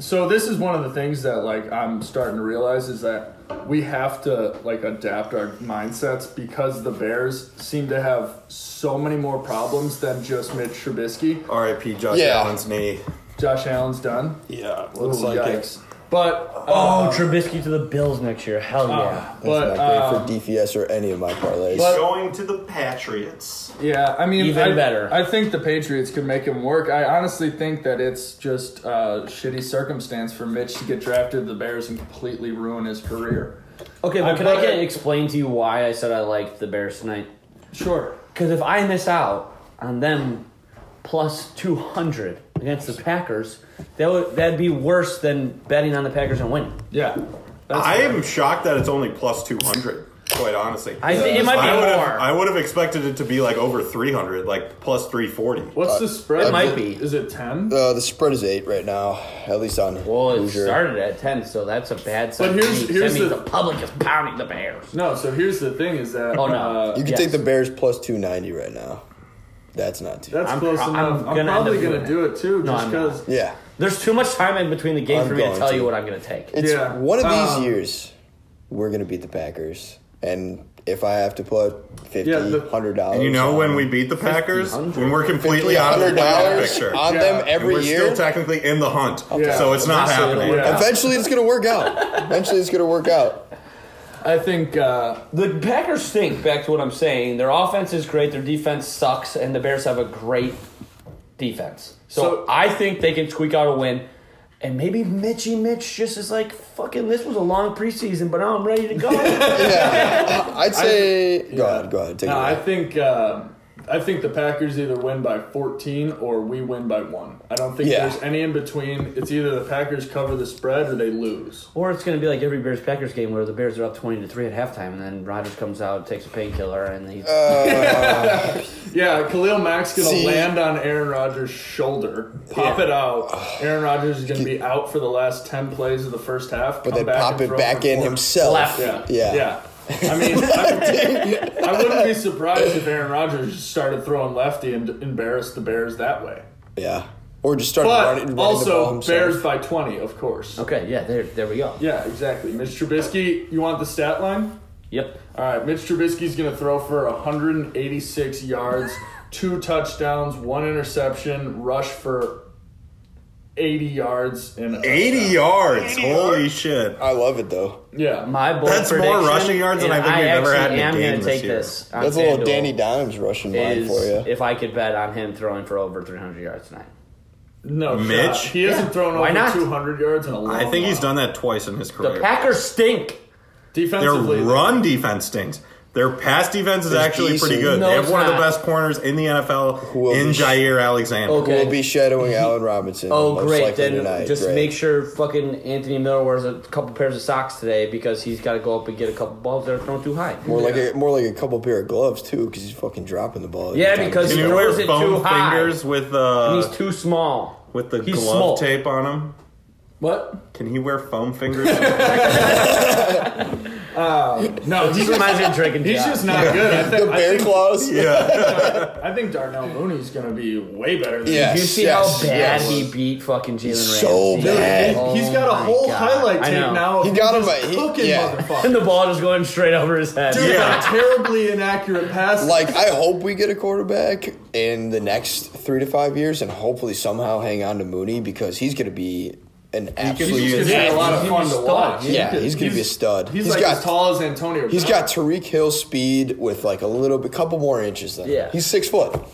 S1: So this is one of the things that like I'm starting to realize is that we have to like adapt our mindsets because the Bears seem to have so many more problems than just Mitch Trubisky.
S4: R.I.P. Josh
S6: Yeah.
S4: Allen's knee.
S1: Josh Allen's done.
S4: Yeah,
S1: Ooh, Oh, yikes. But uh,
S8: Oh, Trubisky to the Bills next year. Hell yeah.
S6: That's
S1: but uh,
S6: not great for DFS or any of my parlays.
S4: Going to the Patriots.
S1: Yeah, I mean,
S8: Even
S1: I,
S8: better.
S1: I think the Patriots could make him work. I honestly think that it's just uh, shitty circumstance for Mitch to get drafted to the Bears and completely ruin his career.
S8: Okay, but
S1: I
S8: can I
S1: love
S8: get
S1: it.
S8: explain to you why I said I liked the Bears tonight?
S1: Sure.
S8: Because if I miss out on them plus 200 against the Packers, that would that'd be worse than betting on the Packers and winning.
S1: Yeah.
S8: That's
S4: I am shocked that it's only plus 200, quite honestly.
S8: I think it might be
S4: I would
S8: more.
S4: Have, I would have expected it to be like over 300, like plus 340.
S1: What's the spread?
S6: It might
S8: be.
S1: Is it 10?
S6: Uh, the spread is eight right now, at least on
S8: well, it
S6: Hoosier.
S8: started at 10, so that's a bad sign.
S1: here's-
S8: That
S1: here's
S8: means
S1: the-
S8: public is pounding the Bears.
S1: No, so here's the thing is that.
S8: Oh, no.
S1: uh,
S6: You can
S8: Yes.
S6: take the Bears plus two ninety right now. That's not too.
S1: that's
S8: I'm
S1: close
S8: pro- I'm
S1: enough. I'm,
S8: gonna end up
S1: probably
S8: doing
S1: going to
S8: it.
S1: do it too,
S8: No,
S1: just
S8: I'm
S1: because.
S6: yeah,
S8: There's too much time in between the game
S6: I'm
S8: for me to
S6: going
S8: tell
S6: to.
S8: you what I'm going to take.
S6: it's
S1: Yeah.
S6: one of these
S1: Um,
S6: years we're gonna beat the Packers, and if I have to put fifty,
S1: Yeah, the-
S6: hundred dollars,
S4: And you know when we beat the Packers?
S8: 1,500.
S4: When we're completely out of
S6: hundred
S4: the playoff
S6: dollars
S4: picture.
S6: on
S1: Yeah.
S6: them
S1: And
S4: And
S6: every
S4: we're
S6: year,
S4: still technically in the hunt.
S1: Yeah.
S4: So it's not
S8: Eventually it'll
S4: happening.
S8: work
S1: Yeah.
S6: eventually it's gonna work out. Eventually it's gonna work out.
S1: I think. Uh,
S8: The Packers stink, back to what I'm saying. Their offense is great, their defense sucks, and the Bears have a great defense. So,
S1: So-
S8: I think they can tweak out a win. And maybe Mitchy Mitch just is like, fucking, this was a long preseason, but now I'm ready to
S1: *laughs*
S8: go.
S6: Yeah, I'd say. go ahead, go ahead, take
S1: no,
S6: it.
S1: I
S6: away.
S1: think. Uh, I think the Packers either win by 14 or we win by one. I don't think
S6: Yeah.
S1: there's any in between. It's either the Packers cover the spread or they lose.
S8: or it's going to be like every Bears Packers game where the Bears are up 20 to 3 at halftime, and then Rodgers comes out, takes a painkiller, and he.
S1: Uh, Yeah, Khalil Mack's gonna
S6: See-
S1: land on Aaron Rodgers' shoulder, pop it out. Aaron Rodgers is gonna be out for the last ten plays of the first half.
S6: But then pop it back in himself.
S8: Left.
S1: Yeah,
S6: Yeah.
S1: yeah. I mean, I, I wouldn't be surprised if Aaron Rodgers just started throwing lefty and embarrassed the Bears that way.
S6: *laughs* Yeah, or just start
S1: But
S6: running, running the ball
S1: also,
S6: himself.
S1: Bears by twenty, of course.
S8: Okay, yeah, there, there we go.
S1: Yeah, exactly. Mitch Trubisky, you want the stat line?
S8: Yep.
S1: All right, Mitch Trubisky's going to throw for 186 yards, two touchdowns, one interception, rush for 80 yards and a
S4: 80
S1: touchdown.
S4: yards. Holy shit.
S6: I love it though.
S1: Yeah,
S8: My bold
S4: That's more
S8: prediction,
S4: rushing yards than
S8: and
S4: I think we've ever had in
S8: actually
S4: a
S8: am
S4: game
S8: gonna
S4: this
S8: take
S4: year.
S8: this. on
S6: That's a little
S8: FanDuel.
S6: Danny Dimes rushing line
S8: is
S6: for you.
S8: if I could bet on him throwing for over 300 yards tonight.
S1: no, shot.
S4: Mitch?
S1: He hasn't thrown
S8: Why
S1: over
S8: not?
S1: 200 yards in a long.
S4: I think he's
S1: while.
S4: done that twice in his
S8: The
S4: career.
S8: Packers stink.
S4: Their
S1: defensively.
S4: run defense stinks. Their pass defense is
S6: It's
S4: actually pretty
S6: decent.
S4: good.
S8: No,
S4: they have
S8: it's
S4: one of the
S8: not.
S4: best corners in the NFL
S6: will
S4: in
S6: be-
S4: Jair Alexander.
S8: Okay.
S6: We'll be shadowing Allen Robinson.
S8: Oh,
S6: most
S8: great.
S6: likely
S8: Then
S6: tonight.
S8: just
S6: Great.
S8: make sure fucking Anthony Miller wears a couple pairs of socks today because he's got to go up and get a couple balls that are thrown too high.
S6: more like a, more like a couple pair of gloves too, because he's fucking dropping the ball. every
S8: Yeah,
S6: time.
S8: because-
S4: Can
S8: He
S4: you wear
S8: throws it too
S4: foam
S8: high.
S4: fingers with
S8: And
S4: uh,
S8: he's too small.
S4: with the
S8: he's
S4: glove
S8: small.
S4: tape on him?
S1: What?
S4: Can he wear foam fingers? *laughs*
S8: *laughs*
S1: No,
S8: He
S1: he's,
S8: reminds me of Drake and
S1: he's
S8: Josh.
S1: just not good.
S8: *laughs*
S1: I
S6: the
S1: think, I
S6: bear
S1: think,
S6: claws. Yeah,
S1: I think Darnell Mooney's going to be way better than
S6: yes,
S8: Did you see
S6: yes,
S8: how bad
S6: yes.
S8: he beat fucking Jalen Ramsey?
S6: so bad.
S8: Oh
S1: He's got a
S8: my
S1: whole
S8: God.
S1: highlight
S8: I know.
S1: tape now. Of
S6: He got him by-
S1: just
S6: he-
S1: cooking
S6: *laughs* yeah.
S8: *laughs* And
S1: motherfucker.
S8: the ball just going straight over his head.
S1: Dude,
S4: Yeah.
S1: a terribly inaccurate pass.
S6: Like I hope we get a quarterback in the next three to five years, and hopefully somehow hang on to Mooney because he's going to be an absolute.
S1: he's going to be a lot of
S8: He's
S1: fun to
S8: stuck.
S1: watch.
S6: yeah, he's going to be a stud.
S1: He's,
S6: he's
S1: like
S6: got
S1: as tall as Antonio.
S6: *laughs* He's
S1: Brown.
S6: got Tariq Hill speed with like a little bit, couple more inches than him.
S8: Yeah.
S6: He's six foot. *laughs*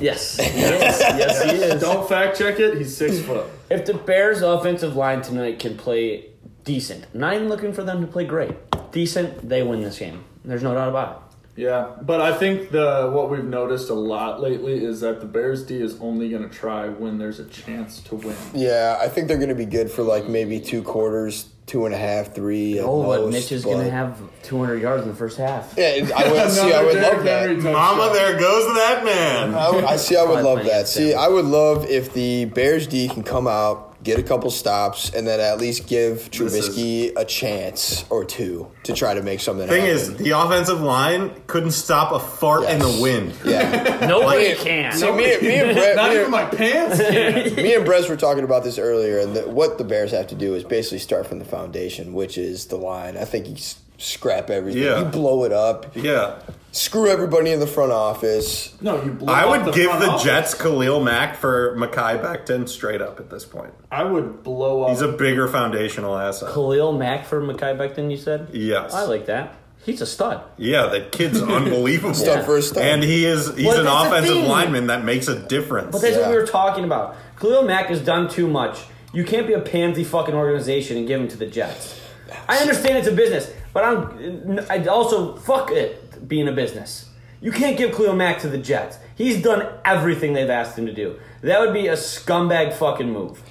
S8: Yes. Yes. yes,
S1: *laughs*
S8: he is.
S1: Don't fact check it. He's six foot.
S8: If the Bears' offensive line tonight can play decent, I'm not even looking for them to play great, decent, they win this game. There's no doubt about
S1: Yeah, but I think the what we've noticed a lot lately is that the Bears D is only going to try when there's a chance to win.
S6: Yeah, I think they're going to be good for like maybe two quarters, two and a half, three.
S8: it.
S6: at
S8: Oh, but
S6: most,
S8: Mitch is going to have 200 yards in the first half.
S6: Yeah, and I would see. I would
S1: Another
S6: love
S1: Derrick Henry
S6: that.
S1: touchdown.
S4: Mama, there goes that man.
S6: I, would, I see. I would
S8: Fine,
S6: love
S8: fine,
S6: that.
S8: yes,
S6: See,
S8: yeah.
S6: I would love if the Bears D can come out, get a couple stops, and then at least give
S4: is-
S6: Trubisky a chance or two to try to make something.
S4: Thing
S6: happen.
S4: is, the offensive line couldn't stop a fart in
S6: Yes.
S4: the wind.
S6: yeah.
S8: *laughs* *laughs* Nobody
S6: Like-
S8: can.
S6: See, me, me and Brett,
S1: Not
S6: me
S1: even
S6: and-
S1: my pants. can.
S6: Me and Brez were talking about this earlier, and that what the Bears have to do is basically start from the foundation, which is the line. I think you s- scrap everything,
S4: Yeah.
S6: you blow it up,
S4: Yeah.
S6: screw everybody in the front office.
S1: No, you. Blow
S4: I
S1: up
S4: would
S1: the
S4: give
S1: front
S4: the
S1: office.
S4: Jets Khalil Mack for Makai Becton straight up at this point.
S1: I would blow up.
S4: He's a bigger foundational asset.
S8: Khalil Mack for Mackay Becton, you said?
S4: Yes.
S8: I like that. He's a stud.
S4: Yeah, the
S6: *laughs*
S4: kid's unbelievable.
S6: Stud for a stud.
S4: And he is he's
S8: Well,
S4: an
S8: that's the
S4: offensive
S8: thing.
S4: lineman that makes a difference.
S8: But that's what we
S6: Yeah.
S8: were talking about. Khalil Mack has done too much. You can't be a pansy fucking organization and give him to the Jets. I understand it's a business, but I'm. I also fuck it being a business. You can't give Cleo Mack to the Jets. He's done everything they've asked him to do. That would be a scumbag fucking move.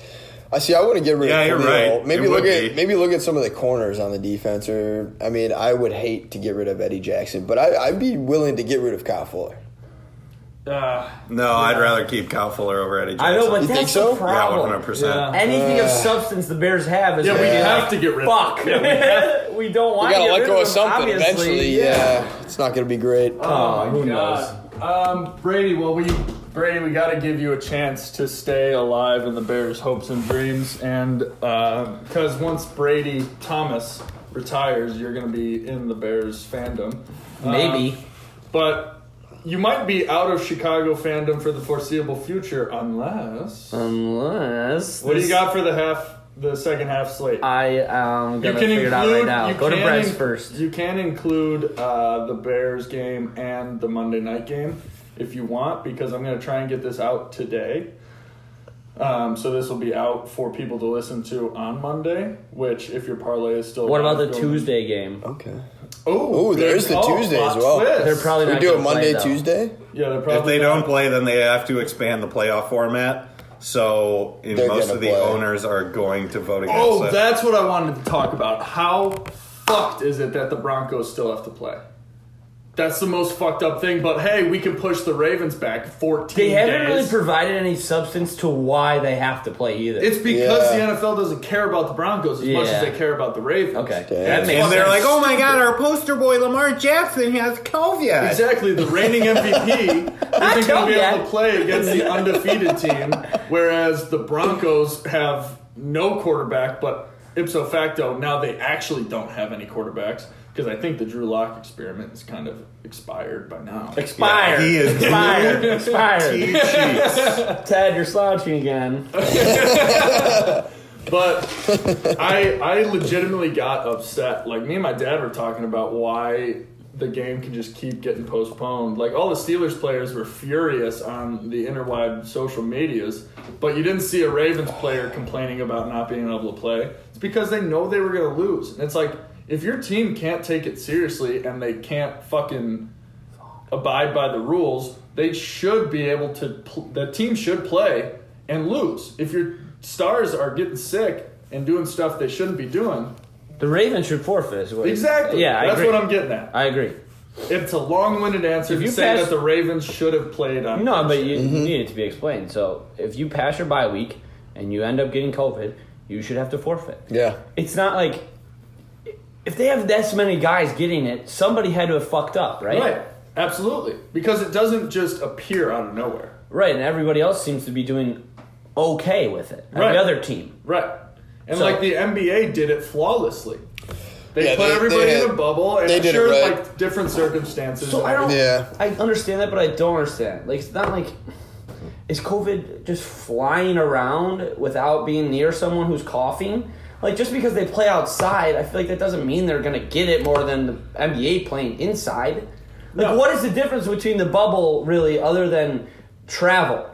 S6: I see. I wouldn't get rid
S4: Yeah,
S6: of
S4: you're
S6: Khalil.
S4: right.
S6: Maybe
S4: It
S6: look
S4: would
S6: at
S4: be.
S6: maybe look at some of the corners on the defense. Or I mean, I would hate to get rid of Eddie Jackson, but I, I'd be willing to get rid of Kyle Fuller.
S4: No, I'd rather keep Kyle Fuller over Eddie Jackson.
S8: I know, but
S6: You
S8: that's
S6: think so?
S8: the
S6: Yeah,
S4: yeah, one
S8: problem.
S4: hundred percent.
S8: Anything
S6: Uh.
S8: of substance the Bears have is
S9: Yeah, we
S8: like,
S9: have to get rid of
S8: fuck.
S9: him. Yeah, we
S8: *laughs*
S9: have-
S8: we, don't
S6: We
S8: want to
S6: gotta let
S8: rid
S6: go of
S8: him,
S6: something
S8: obviously.
S6: eventually. Yeah. it's not gonna be great.
S8: Oh, who knows?
S1: Um, Brady, well, we Brady, we got to give you a chance to stay alive in the Bears' hopes and dreams, and because once Brady Thomas retires, you're going to be in the Bears fandom.
S8: Maybe.
S1: But you might be out of Chicago fandom for the foreseeable future, unless.
S8: Unless.
S1: what do you
S8: Um, this-
S1: got for the half, the second half slate?
S8: I am
S1: You
S8: gonna figure it out right now.
S1: you
S8: Go to
S1: can
S8: Brent's
S1: in-
S8: first.
S1: You can include uh, the Bears game and the Monday night game if you want, because I'm going to try and get this out today. Um, so this will be out for people to listen to on Monday. Which, if your parlay is still,
S8: What about the
S1: going-
S8: Tuesday game?
S6: Okay.
S1: Oh,
S6: Ooh, there
S1: good-
S6: is the
S1: oh,
S6: Tuesday as
S1: plot
S6: well.
S1: twist.
S8: They're probably
S6: We
S8: not
S6: do it
S8: gonna play,
S6: Monday,
S8: though.
S6: Tuesday.
S1: yeah. They're probably
S4: If they don't play, then they have to expand the playoff format. So and
S6: They're
S4: most
S6: gonna
S4: of the
S6: play.
S4: owners are going to vote against
S1: Oh,
S4: it.
S1: that's what I wanted to talk about. How fucked is it that the Broncos still have to play? That's the most fucked up thing. But hey, we can push the Ravens back 14
S8: They haven't really
S1: days.
S8: provided any substance to why they have to play either.
S1: It's because
S6: Yeah.
S1: the NFL doesn't care about the Broncos as much
S8: Yeah.
S1: as they care about the Ravens.
S8: okay.
S6: Damn.
S8: That makes
S4: and they're like,
S8: sense.
S4: "Oh my God, our poster boy Lamar Jackson has COVID."
S1: Exactly, the reigning MVP isn't going to be able
S8: Kobe.
S1: to play against the undefeated team, whereas the Broncos have no quarterback, but ipso facto, now they actually don't have any quarterbacks because I think the Drew Lock experiment is kind of expired by now.
S8: Expired.
S4: He is
S1: *laughs*
S8: expired.
S4: *laughs*
S8: expired.
S4: He cheats.
S8: *laughs* Ted, you're slouching again.
S1: But I I legitimately got upset. Like me and my dad were talking about why the game can just keep getting postponed. Like all the Steelers players were furious on the interwide social medias, but you didn't see a Ravens player complaining about not being able to play. It's because they know they were going to lose. And it's like if your team can't take it seriously and they can't fucking abide by the rules, they should be able to. Pl- the team should play and lose. If your stars are getting sick and doing stuff they shouldn't be doing,
S8: The Ravens should forfeit. is what-
S1: exactly.
S8: Yeah, I
S1: that's
S8: agree.
S1: what I'm getting at.
S8: I agree.
S1: It's a long-winded answer to
S8: you
S1: say
S8: pass-
S1: that the Ravens should have played on.
S8: No, but you
S6: Mm-hmm.
S8: you need it to be explained. So if you pass your bye week and you end up getting COVID, you should have to forfeit.
S6: Yeah.
S8: It's not like if they have this many guys getting it, somebody had to have fucked up, right?
S1: right, absolutely, because it doesn't just appear out of nowhere.
S8: Right, and everybody else seems to be doing okay with it. Every
S1: Right.
S8: other team.
S1: Right, and
S8: So-
S1: like the NBA did it flawlessly. They
S6: Yeah,
S1: put
S6: they-
S1: everybody
S6: they-
S1: in a bubble, and
S6: they
S1: I'm
S6: did it
S1: sure,
S6: right.
S1: like different circumstances.
S8: So
S1: and
S8: I don't.
S6: Yeah.
S8: I understand that, but I don't understand. Like it's not like is COVID just flying around without being near someone who's coughing? Like just because they play outside, I feel like that doesn't mean they're gonna get it more than the NBA playing inside. Like
S1: No.
S8: what is the difference between the bubble really, other than travel?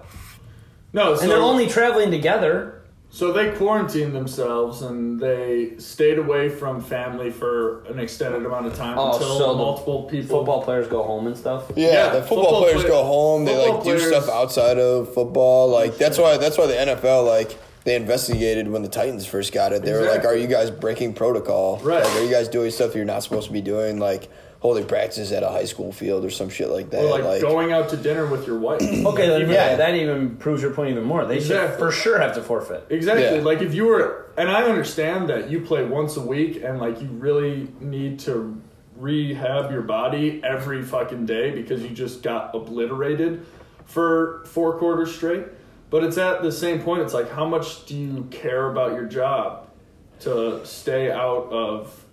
S1: No, so
S8: And they're only traveling together.
S1: So they quarantined themselves and they stayed away from family for an extended amount of time
S8: Oh,
S1: until
S8: so the
S1: multiple people.
S8: Football players go home and stuff.
S6: Yeah,
S1: Yeah,
S6: the football,
S1: football
S6: players
S1: player-
S6: go home. They
S1: football
S6: like do
S1: players-
S6: stuff outside of football. Like that's why that's why the NFL like they investigated when the Titans first got it. They were like,
S1: Exactly.
S6: "Are you guys breaking protocol?
S1: Right.
S6: Like, are you guys doing stuff you're not supposed to be doing? Like holding practices at a high school field or some shit like that?
S1: Or like, going out to dinner with your wife.
S8: Okay, then,
S1: Even-
S8: yeah, that even proves your point even more. They should
S1: Exactly.
S8: for sure have to forfeit.
S1: Exactly.
S6: Yeah.
S1: Like if you were, and I understand that you play once a week and like you really need to rehab your body every fucking day because you just got obliterated for four quarters straight. But it's at the same point. It's like how much do you care about your job to stay out of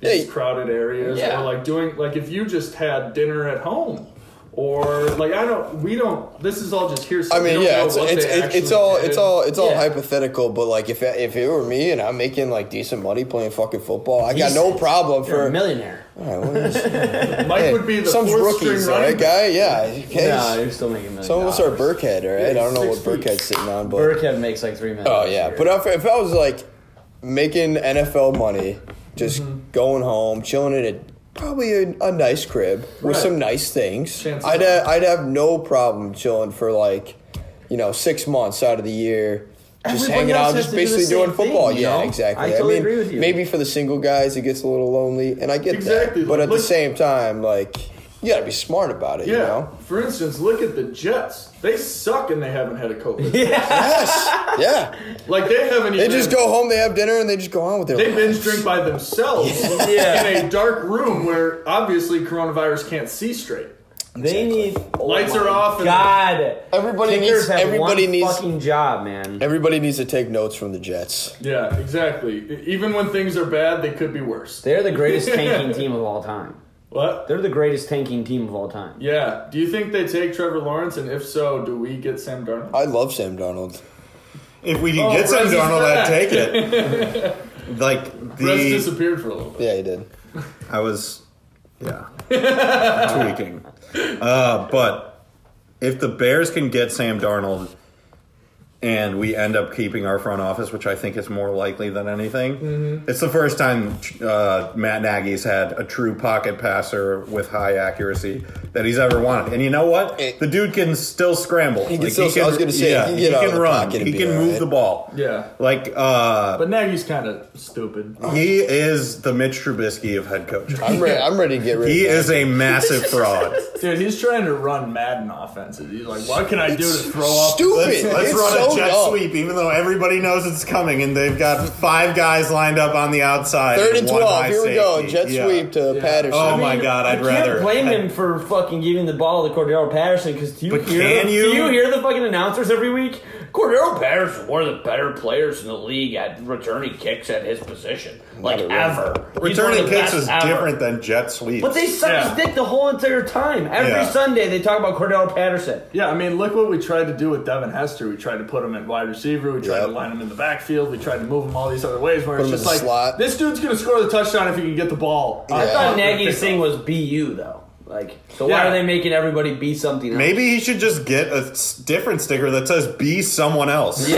S1: these
S6: Yeah.
S1: crowded areas
S8: Yeah.
S1: or like doing like if you just had dinner at home. Or like I don't, we don't. This is all just hearsay.
S6: I
S1: We
S6: mean,
S1: don't
S6: yeah,
S1: know
S6: it's
S1: what
S6: it's,
S1: they
S6: it's, it's
S1: actually
S6: all
S1: did.
S6: it's all it's all
S8: Yeah.
S6: hypothetical. But like, if if it were me and I'm making like decent money playing fucking football, I got no
S8: Decent.
S6: problem
S8: You're a
S6: for.
S8: millionaire.
S6: All right, what is-
S1: Mike
S6: *laughs* hey,
S1: would be the
S6: some
S1: fourth
S6: rookies,
S1: string
S6: all
S1: running
S6: right, guy. Yeah, okay.
S8: No, you're still making millions.
S6: Some of us are Burkhead, all right? I don't know what
S1: six feet.
S6: Burkhead's sitting on, but
S8: Burkhead makes like three minutes.
S6: oh yeah.
S8: *laughs*
S6: But if, if I
S8: Mm-hmm.
S6: was like making NFL money, just going home, chilling at a probably a, a nice crib with some nice things.
S8: Chances
S6: I'd ha- I'd have no problem chilling for like, you know, six months out of the year. Just
S8: Everybody
S6: hanging
S8: else
S6: out,
S8: has
S6: just
S8: to do the
S6: basically
S8: same
S6: doing football.
S8: thing, you
S6: yeah,
S8: know?
S6: exactly.
S8: I totally
S6: mean,
S8: agree with you.
S6: Maybe for the single guys, it gets a little lonely, and I get
S1: Exactly.
S6: that. But at
S1: Look-
S6: the same time, like you gotta be smart about it.
S1: Yeah.
S6: You know?
S1: For instance, look at the Jets. They suck and they haven't had a
S6: *laughs*
S1: COVID.
S8: *laughs*
S6: Yes. yeah.
S1: Like they haven't.
S6: They
S1: even,
S6: just go home, they have dinner, and they just go on with their.
S1: They
S6: life.
S1: binge drink by
S6: *laughs*
S1: themselves
S8: Yeah.
S1: in a dark room where obviously coronavirus can't see straight.
S8: They need
S1: Lights
S8: oh
S1: are
S8: my
S1: off and-
S8: God,
S6: Everybody
S8: Kickers
S6: needs.
S8: have
S6: Everybody
S8: one
S6: needs.
S8: fucking job, man.
S6: Everybody needs to take notes from the Jets.
S1: Yeah, exactly. Even when things are bad, they could be worse.
S8: They're the greatest
S6: *laughs*
S8: tanking team of all time.
S1: What?
S8: They're the greatest tanking team of all time.
S1: Yeah. Do you think they take Trevor Lawrence? And if so, do we get Sam Darnold?
S6: I love Sam Donald.
S4: If we
S8: Oh,
S4: can get
S1: Brez
S4: some
S1: is
S4: Darnold,
S1: back.
S4: I'd take it.
S8: *laughs*
S4: like
S1: Brez
S4: the
S1: disappeared for a little bit.
S6: Yeah, he did.
S4: I was, yeah, *laughs* tweaking. Uh, but if the Bears can get Sam Darnold, and we end up keeping our front office, which I think is more likely than anything, it's the first time uh, Matt Nagy's had a true pocket passer with high accuracy that he's ever wanted. And you know what?
S6: Eh.
S4: The dude can still scramble.
S6: He can still- I was gonna say, he can
S4: he
S6: get out of
S4: can
S6: the
S4: run.
S6: pocket and
S4: He
S6: be
S4: can
S6: all
S4: move
S6: right.
S4: the ball.
S1: Yeah.
S4: Like uh,
S1: But Nagy's kind of stupid.
S4: he is the Mitch Trubisky of head coach.
S6: I'm ready. I'm ready to get rid
S4: He
S6: of.
S4: is a *laughs* massive fraud.
S1: Dude, he's trying to run Madden offenses. He's like, what can I do to throw off?
S6: Stupid.
S4: Let's, let's
S6: it's
S4: run
S6: so
S4: a jet
S6: dumb.
S4: sweep, even though everybody knows it's coming, and they've got five guys lined up on the outside.
S6: Third and
S4: one
S6: twelve.
S4: high
S6: Here we go.
S4: safety.
S6: Jet
S4: Yeah.
S6: sweep to Patterson.
S4: Oh my god, I'd
S8: you
S4: rather.
S8: can't blame him for fucking giving the ball to Cordero Patterson because do you
S4: But
S8: hear
S4: can
S8: the,
S4: you?
S8: do you hear the fucking announcers every week? Cordero Patterson, one of the better players in the league at returning kicks at his position, like ever. He's one of
S4: Returning
S8: the
S4: kicks
S8: best
S4: is
S8: ever.
S4: different than jet sweeps.
S8: But they suck
S1: Yeah.
S8: his dick the whole entire time. Every
S4: Yeah.
S8: Sunday they talk about Cordell Patterson.
S1: Yeah, I mean, look what we tried to do with Devin Hester. We tried to put him at wide receiver. We tried
S6: Yep.
S1: to line him in the backfield. We tried to move him all these other ways. Where
S6: Put
S1: it's
S6: him
S1: just
S6: in the
S1: like
S6: slot.
S1: this dude's gonna score the touchdown if he can get the ball. Uh,
S8: I
S6: Yeah.
S8: thought Nagy's thing was BU though. Like, so why
S1: Yeah.
S8: are they making everybody be something? else?
S4: Maybe he should just get a s- different sticker that says "Be someone else."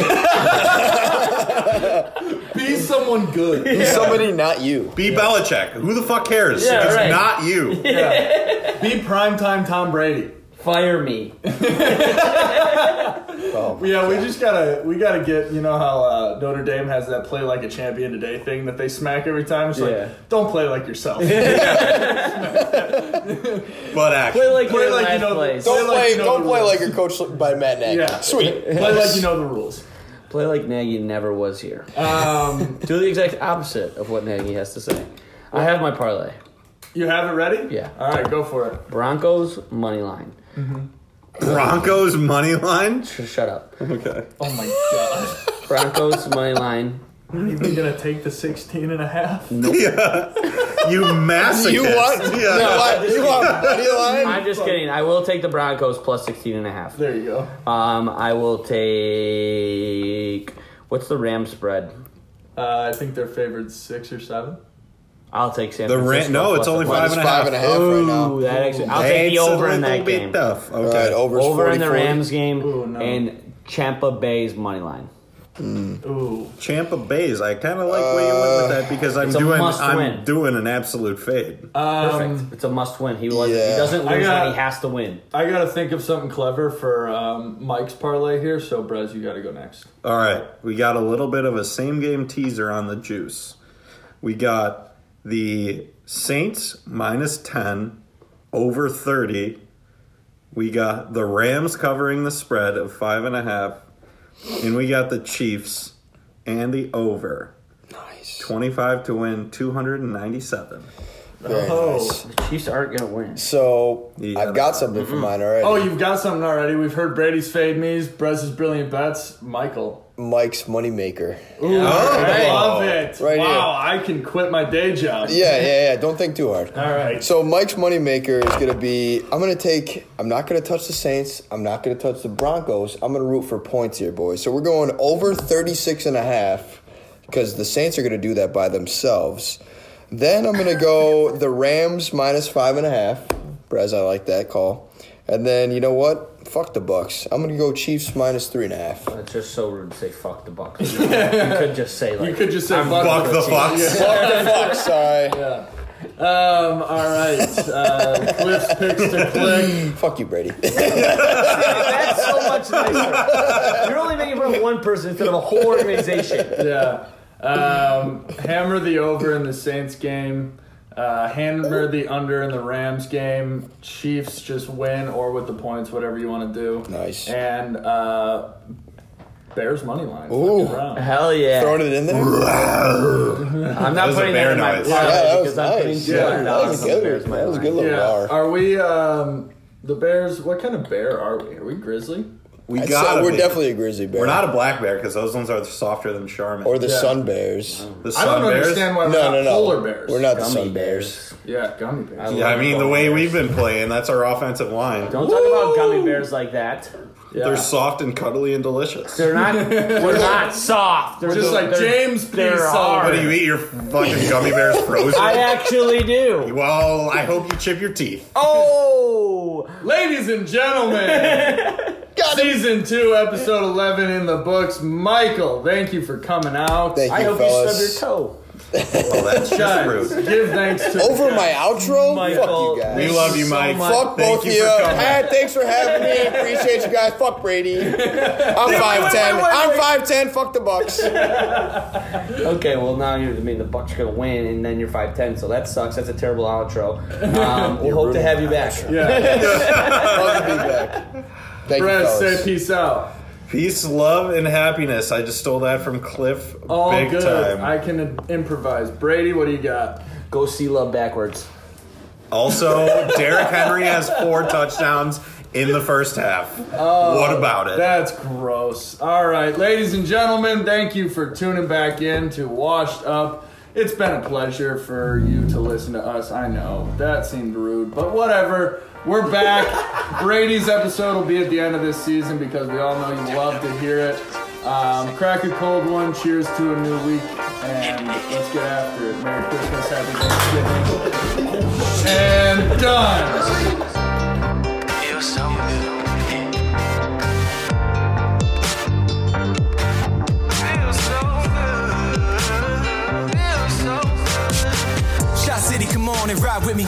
S1: be someone
S6: *laughs*
S1: good.
S6: He's somebody, not you.
S4: Be Belichick. Who the fuck cares?
S8: Yeah,
S4: it's
S8: right.
S4: not you.
S8: *laughs*
S1: Yeah. Be primetime Tom Brady.
S8: fire me.
S6: Oh.
S1: Yeah, we just gotta we gotta get you know how uh, Notre Dame has that play like a champion today thing that they smack every time. It's
S8: Yeah.
S1: like don't play like *laughs* yourself.
S4: But actually,
S8: Play
S1: Play
S8: like you're in
S1: like you
S8: last
S1: know-
S8: place.
S6: Don't
S1: Play like
S6: play.
S1: you know
S6: don't
S1: the
S6: play
S1: rules.
S6: like your coach by Matt Nagy.
S1: Yeah.
S6: Sweet.
S1: play like you know the rules.
S8: Play like Nagy never was here.
S1: Um,
S8: *laughs* Do the exact opposite of what Nagy has to say. I have my parlay.
S1: you have it ready?
S8: Yeah.
S1: All right, go for it.
S8: Broncos money line.
S4: Broncos money line.
S8: Sh- Shut up.
S4: Okay.
S1: Oh my god.
S8: *laughs* Broncos money line.
S1: Not even gonna take the 16 and a half.
S4: *laughs* Yeah. You masochist.
S6: You want?
S4: Yeah.
S6: *laughs* *laughs* You want? You want money line?
S8: I'm just kidding. I will take the Broncos plus 16 and a half.
S1: There you go.
S8: Um, I will take what's the Ram spread?
S1: Uh, I think they're favored six or seven.
S8: I'll take San
S4: The rent?
S8: Francisco.
S4: No, it's
S8: plus
S4: only
S8: the-
S4: five
S6: Minus
S4: and a half.
S6: five and a half right now.
S8: Ooh, that actually, I'll take
S4: It's
S8: the
S4: a
S8: over in
S4: little
S8: that
S4: bit
S8: game.
S4: Tough.
S6: All
S4: Okay.
S6: right, over
S8: Over
S6: 40,
S8: in the
S6: 40.
S8: Rams game
S1: Ooh, no.
S8: and Champa Bay's money line.
S1: Ooh.
S4: Champa Bays. I kind of like where you went with that because I'm
S8: Uh, it's a
S4: doing
S8: must
S4: I'm
S8: win. Uh,
S4: doing an absolute fade.
S1: Um,
S8: Perfect. it's a must win. He was
S6: yeah.
S8: he doesn't
S1: I
S8: lose
S1: got-
S8: when he has to win.
S1: I gotta think of something clever for um, Mike's parlay here, so Brez, you gotta go next.
S4: All right, we got a little bit of a same game teaser on the juice. We got the Saints minus ten over thirty. We got the Rams covering the spread of five and a half, and we got the Chiefs and the over. Nice. 25 to win 297.
S6: Very
S1: Oh.
S6: nice.
S8: Chiefs aren't gonna win.
S6: So
S4: Yeah. Mm-hmm.
S6: I've got something for mine already.
S1: Oh, you've got something already. We've heard Brady's fade me's, Brez's brilliant bets, Michael.
S6: Mike's moneymaker.
S1: Ooh, I love it.
S6: Oh, Right
S1: wow, I can quit my day job.
S6: Yeah, yeah, yeah. Don't think too hard.
S1: All right.
S6: So Mike's moneymaker is gonna be. I'm gonna take. I'm not gonna touch the Saints. I'm not gonna touch the Broncos. I'm gonna root for points here, boys. So we're going over 36 and a half because the Saints are gonna do that by themselves. Then I'm gonna go the Rams minus five and a half. Brez, I like that call. And then you know what? Fuck the Bucks. I'm gonna go Chiefs minus three and a half.
S8: It's just so rude to say fuck
S1: *laughs*
S8: the Bucks. you could just say like
S1: You could just say
S8: I'm
S1: fuck
S4: Fuck the
S1: Yeah.
S4: Fox.
S6: Fuck, sorry.
S8: Um, all right. Uh, Cliff's picks to click.
S7: Fuck you,
S6: *laughs*
S7: Brady.
S8: That's so much
S1: *laughs*
S8: nicer. You're only making fun of one person instead of a whole organization.
S1: Yeah. Um, hammer the over in the Saints game. Uh, hammer the under in the Rams game. Chiefs just win or with the points, whatever you want to do.
S7: Nice.
S1: And uh, Bears money line.
S7: Ooh.
S1: Fucking round.
S8: Hell yeah!
S7: Throwing it in there.
S8: I'm
S4: That
S8: not
S4: was a
S8: putting that
S4: bear
S8: in my
S4: noise.
S8: parlay
S7: Yeah, that was
S8: because I'm putting
S7: nice.
S8: two
S1: Yeah,
S8: hundred
S1: that
S7: That
S8: dollars
S7: was
S8: on the
S7: good.
S8: Bears. money
S7: That was a good
S8: line.
S7: little
S1: Yeah.
S7: bar.
S1: Are we um, the Bears? What kind of bear are we? Are we grizzly?
S4: We
S7: I'd
S4: got.
S7: say we're definitely a grizzly bear.
S4: We're not a black bear because those ones are softer than Charmin.
S7: Or the
S1: Yeah.
S7: sun bears.
S4: the
S1: I
S4: sun
S1: don't
S4: bears.
S1: understand why we're
S7: No,
S1: not
S7: no, no.
S1: polar bears.
S7: We're not the
S10: Gummy
S7: sun bears.
S1: Yeah, gummy bears.
S4: Yeah, I mean the way we've been playing, that's our offensive line.
S8: Don't talk about gummy bears like that.
S1: Yeah.
S4: They're soft and cuddly and delicious.
S8: They're not. We're not soft. They're
S1: just like James P.
S8: they're
S4: What do
S1: Sullivan.
S4: you eat
S1: *laughs*
S4: your fucking gummy bears
S8: I
S4: frozen?
S8: actually do.
S4: Well, I hope you chip your teeth.
S8: Oh,
S1: Ladies and
S7: *laughs*
S1: gentlemen, season two, episode eleven in the books. Michael, thank you for coming out.
S7: Thank
S8: I
S7: you,
S8: hope you
S7: fellas.
S8: stubbed your toe.
S4: Well, that's just
S1: Guys,
S4: rude.
S1: give
S7: *laughs*
S1: thanks *laughs* to
S7: Over my outro? Fuck
S8: Michael.
S7: you guys.
S4: We love you, Mike.
S7: Fuck both of
S4: Thank you
S7: you.
S4: for coming.
S7: Hey, thanks for having me. Appreciate you guys. Fuck Brady. I'm 5'10.
S8: wait, wait.
S7: I'm 5'10. Fuck the Bucks.
S8: Okay, well now you're. I mean, the Bucks are gonna win, and then you're five ten, so that sucks. That's a terrible *laughs* outro. Um, we'll hope to have you back.
S7: Love to be back. Thank you,
S1: Brad.
S7: fellas.
S1: Say peace out.
S4: Peace, love, and happiness. I just stole that from Cliff.
S1: All
S4: big
S1: good.
S4: time.
S1: I can improvise. Brady, what do you got?
S8: Go see love backwards.
S1: *laughs*
S4: Also, Derrick Henry has four touchdowns in the first half.
S1: Oh,
S4: what about it?
S1: That's gross. All right, ladies and gentlemen, thank you for tuning back in to Washed Up. It's been a pleasure for you to listen to us. I know that seemed rude, but whatever. We're back. Brady's episode will be at the end of this season because we all know you love to hear it. Um, crack a cold one. Cheers to a new week, and let's get after it. Merry Christmas, Happy Thanksgiving, and done.
S2: Feels so good. Feels so good. Feels so good. Shot City, come on and ride with me.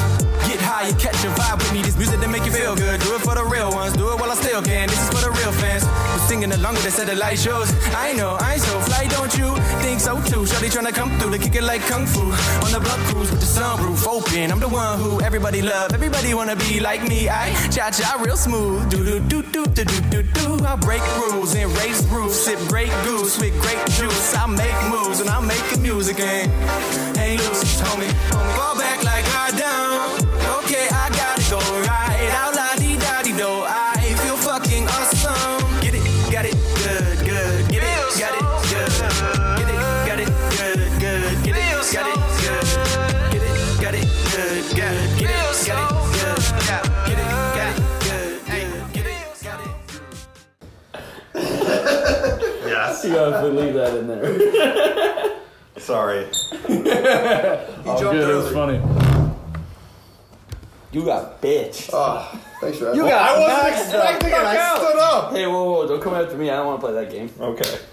S2: Get high and catch a vibe with me. This music that make you feel good. Do it for the real ones. Do it while I still can. This is for the real fans. We're singing along with the satellite shows. I know, I ain't so fly, don't you? Think so too. Shorty tryna come through to kick it like kung fu. On the block cruise with the sunroof open. I'm the one who everybody love. Everybody wanna be like me. I cha cha real smooth. Do do do do do do do do. I break rules and race roofs. Sip great goose with great juice. I make moves and I'm making music and ain't loose, homie. Fall back like I don't. Okay, I gotta go right out la di da di do. I feel fucking awesome. Get it, got it, good, good. Get it, got it, good. Get it, got it, good, good. Get it, got it, good. Get it, got it, good, good. Get it, got it, good. Get it, got it, good, good. Get it, got it, good.
S4: yes.
S8: You gotta leave that in there.
S4: Sorry.
S1: All good. It was funny.
S8: You got bitch.
S7: Thanks for having me.
S8: You got
S4: I wasn't expecting it. I stood up.
S8: Hey, whoa, whoa, don't come after me. I don't want to play that game.
S4: Okay.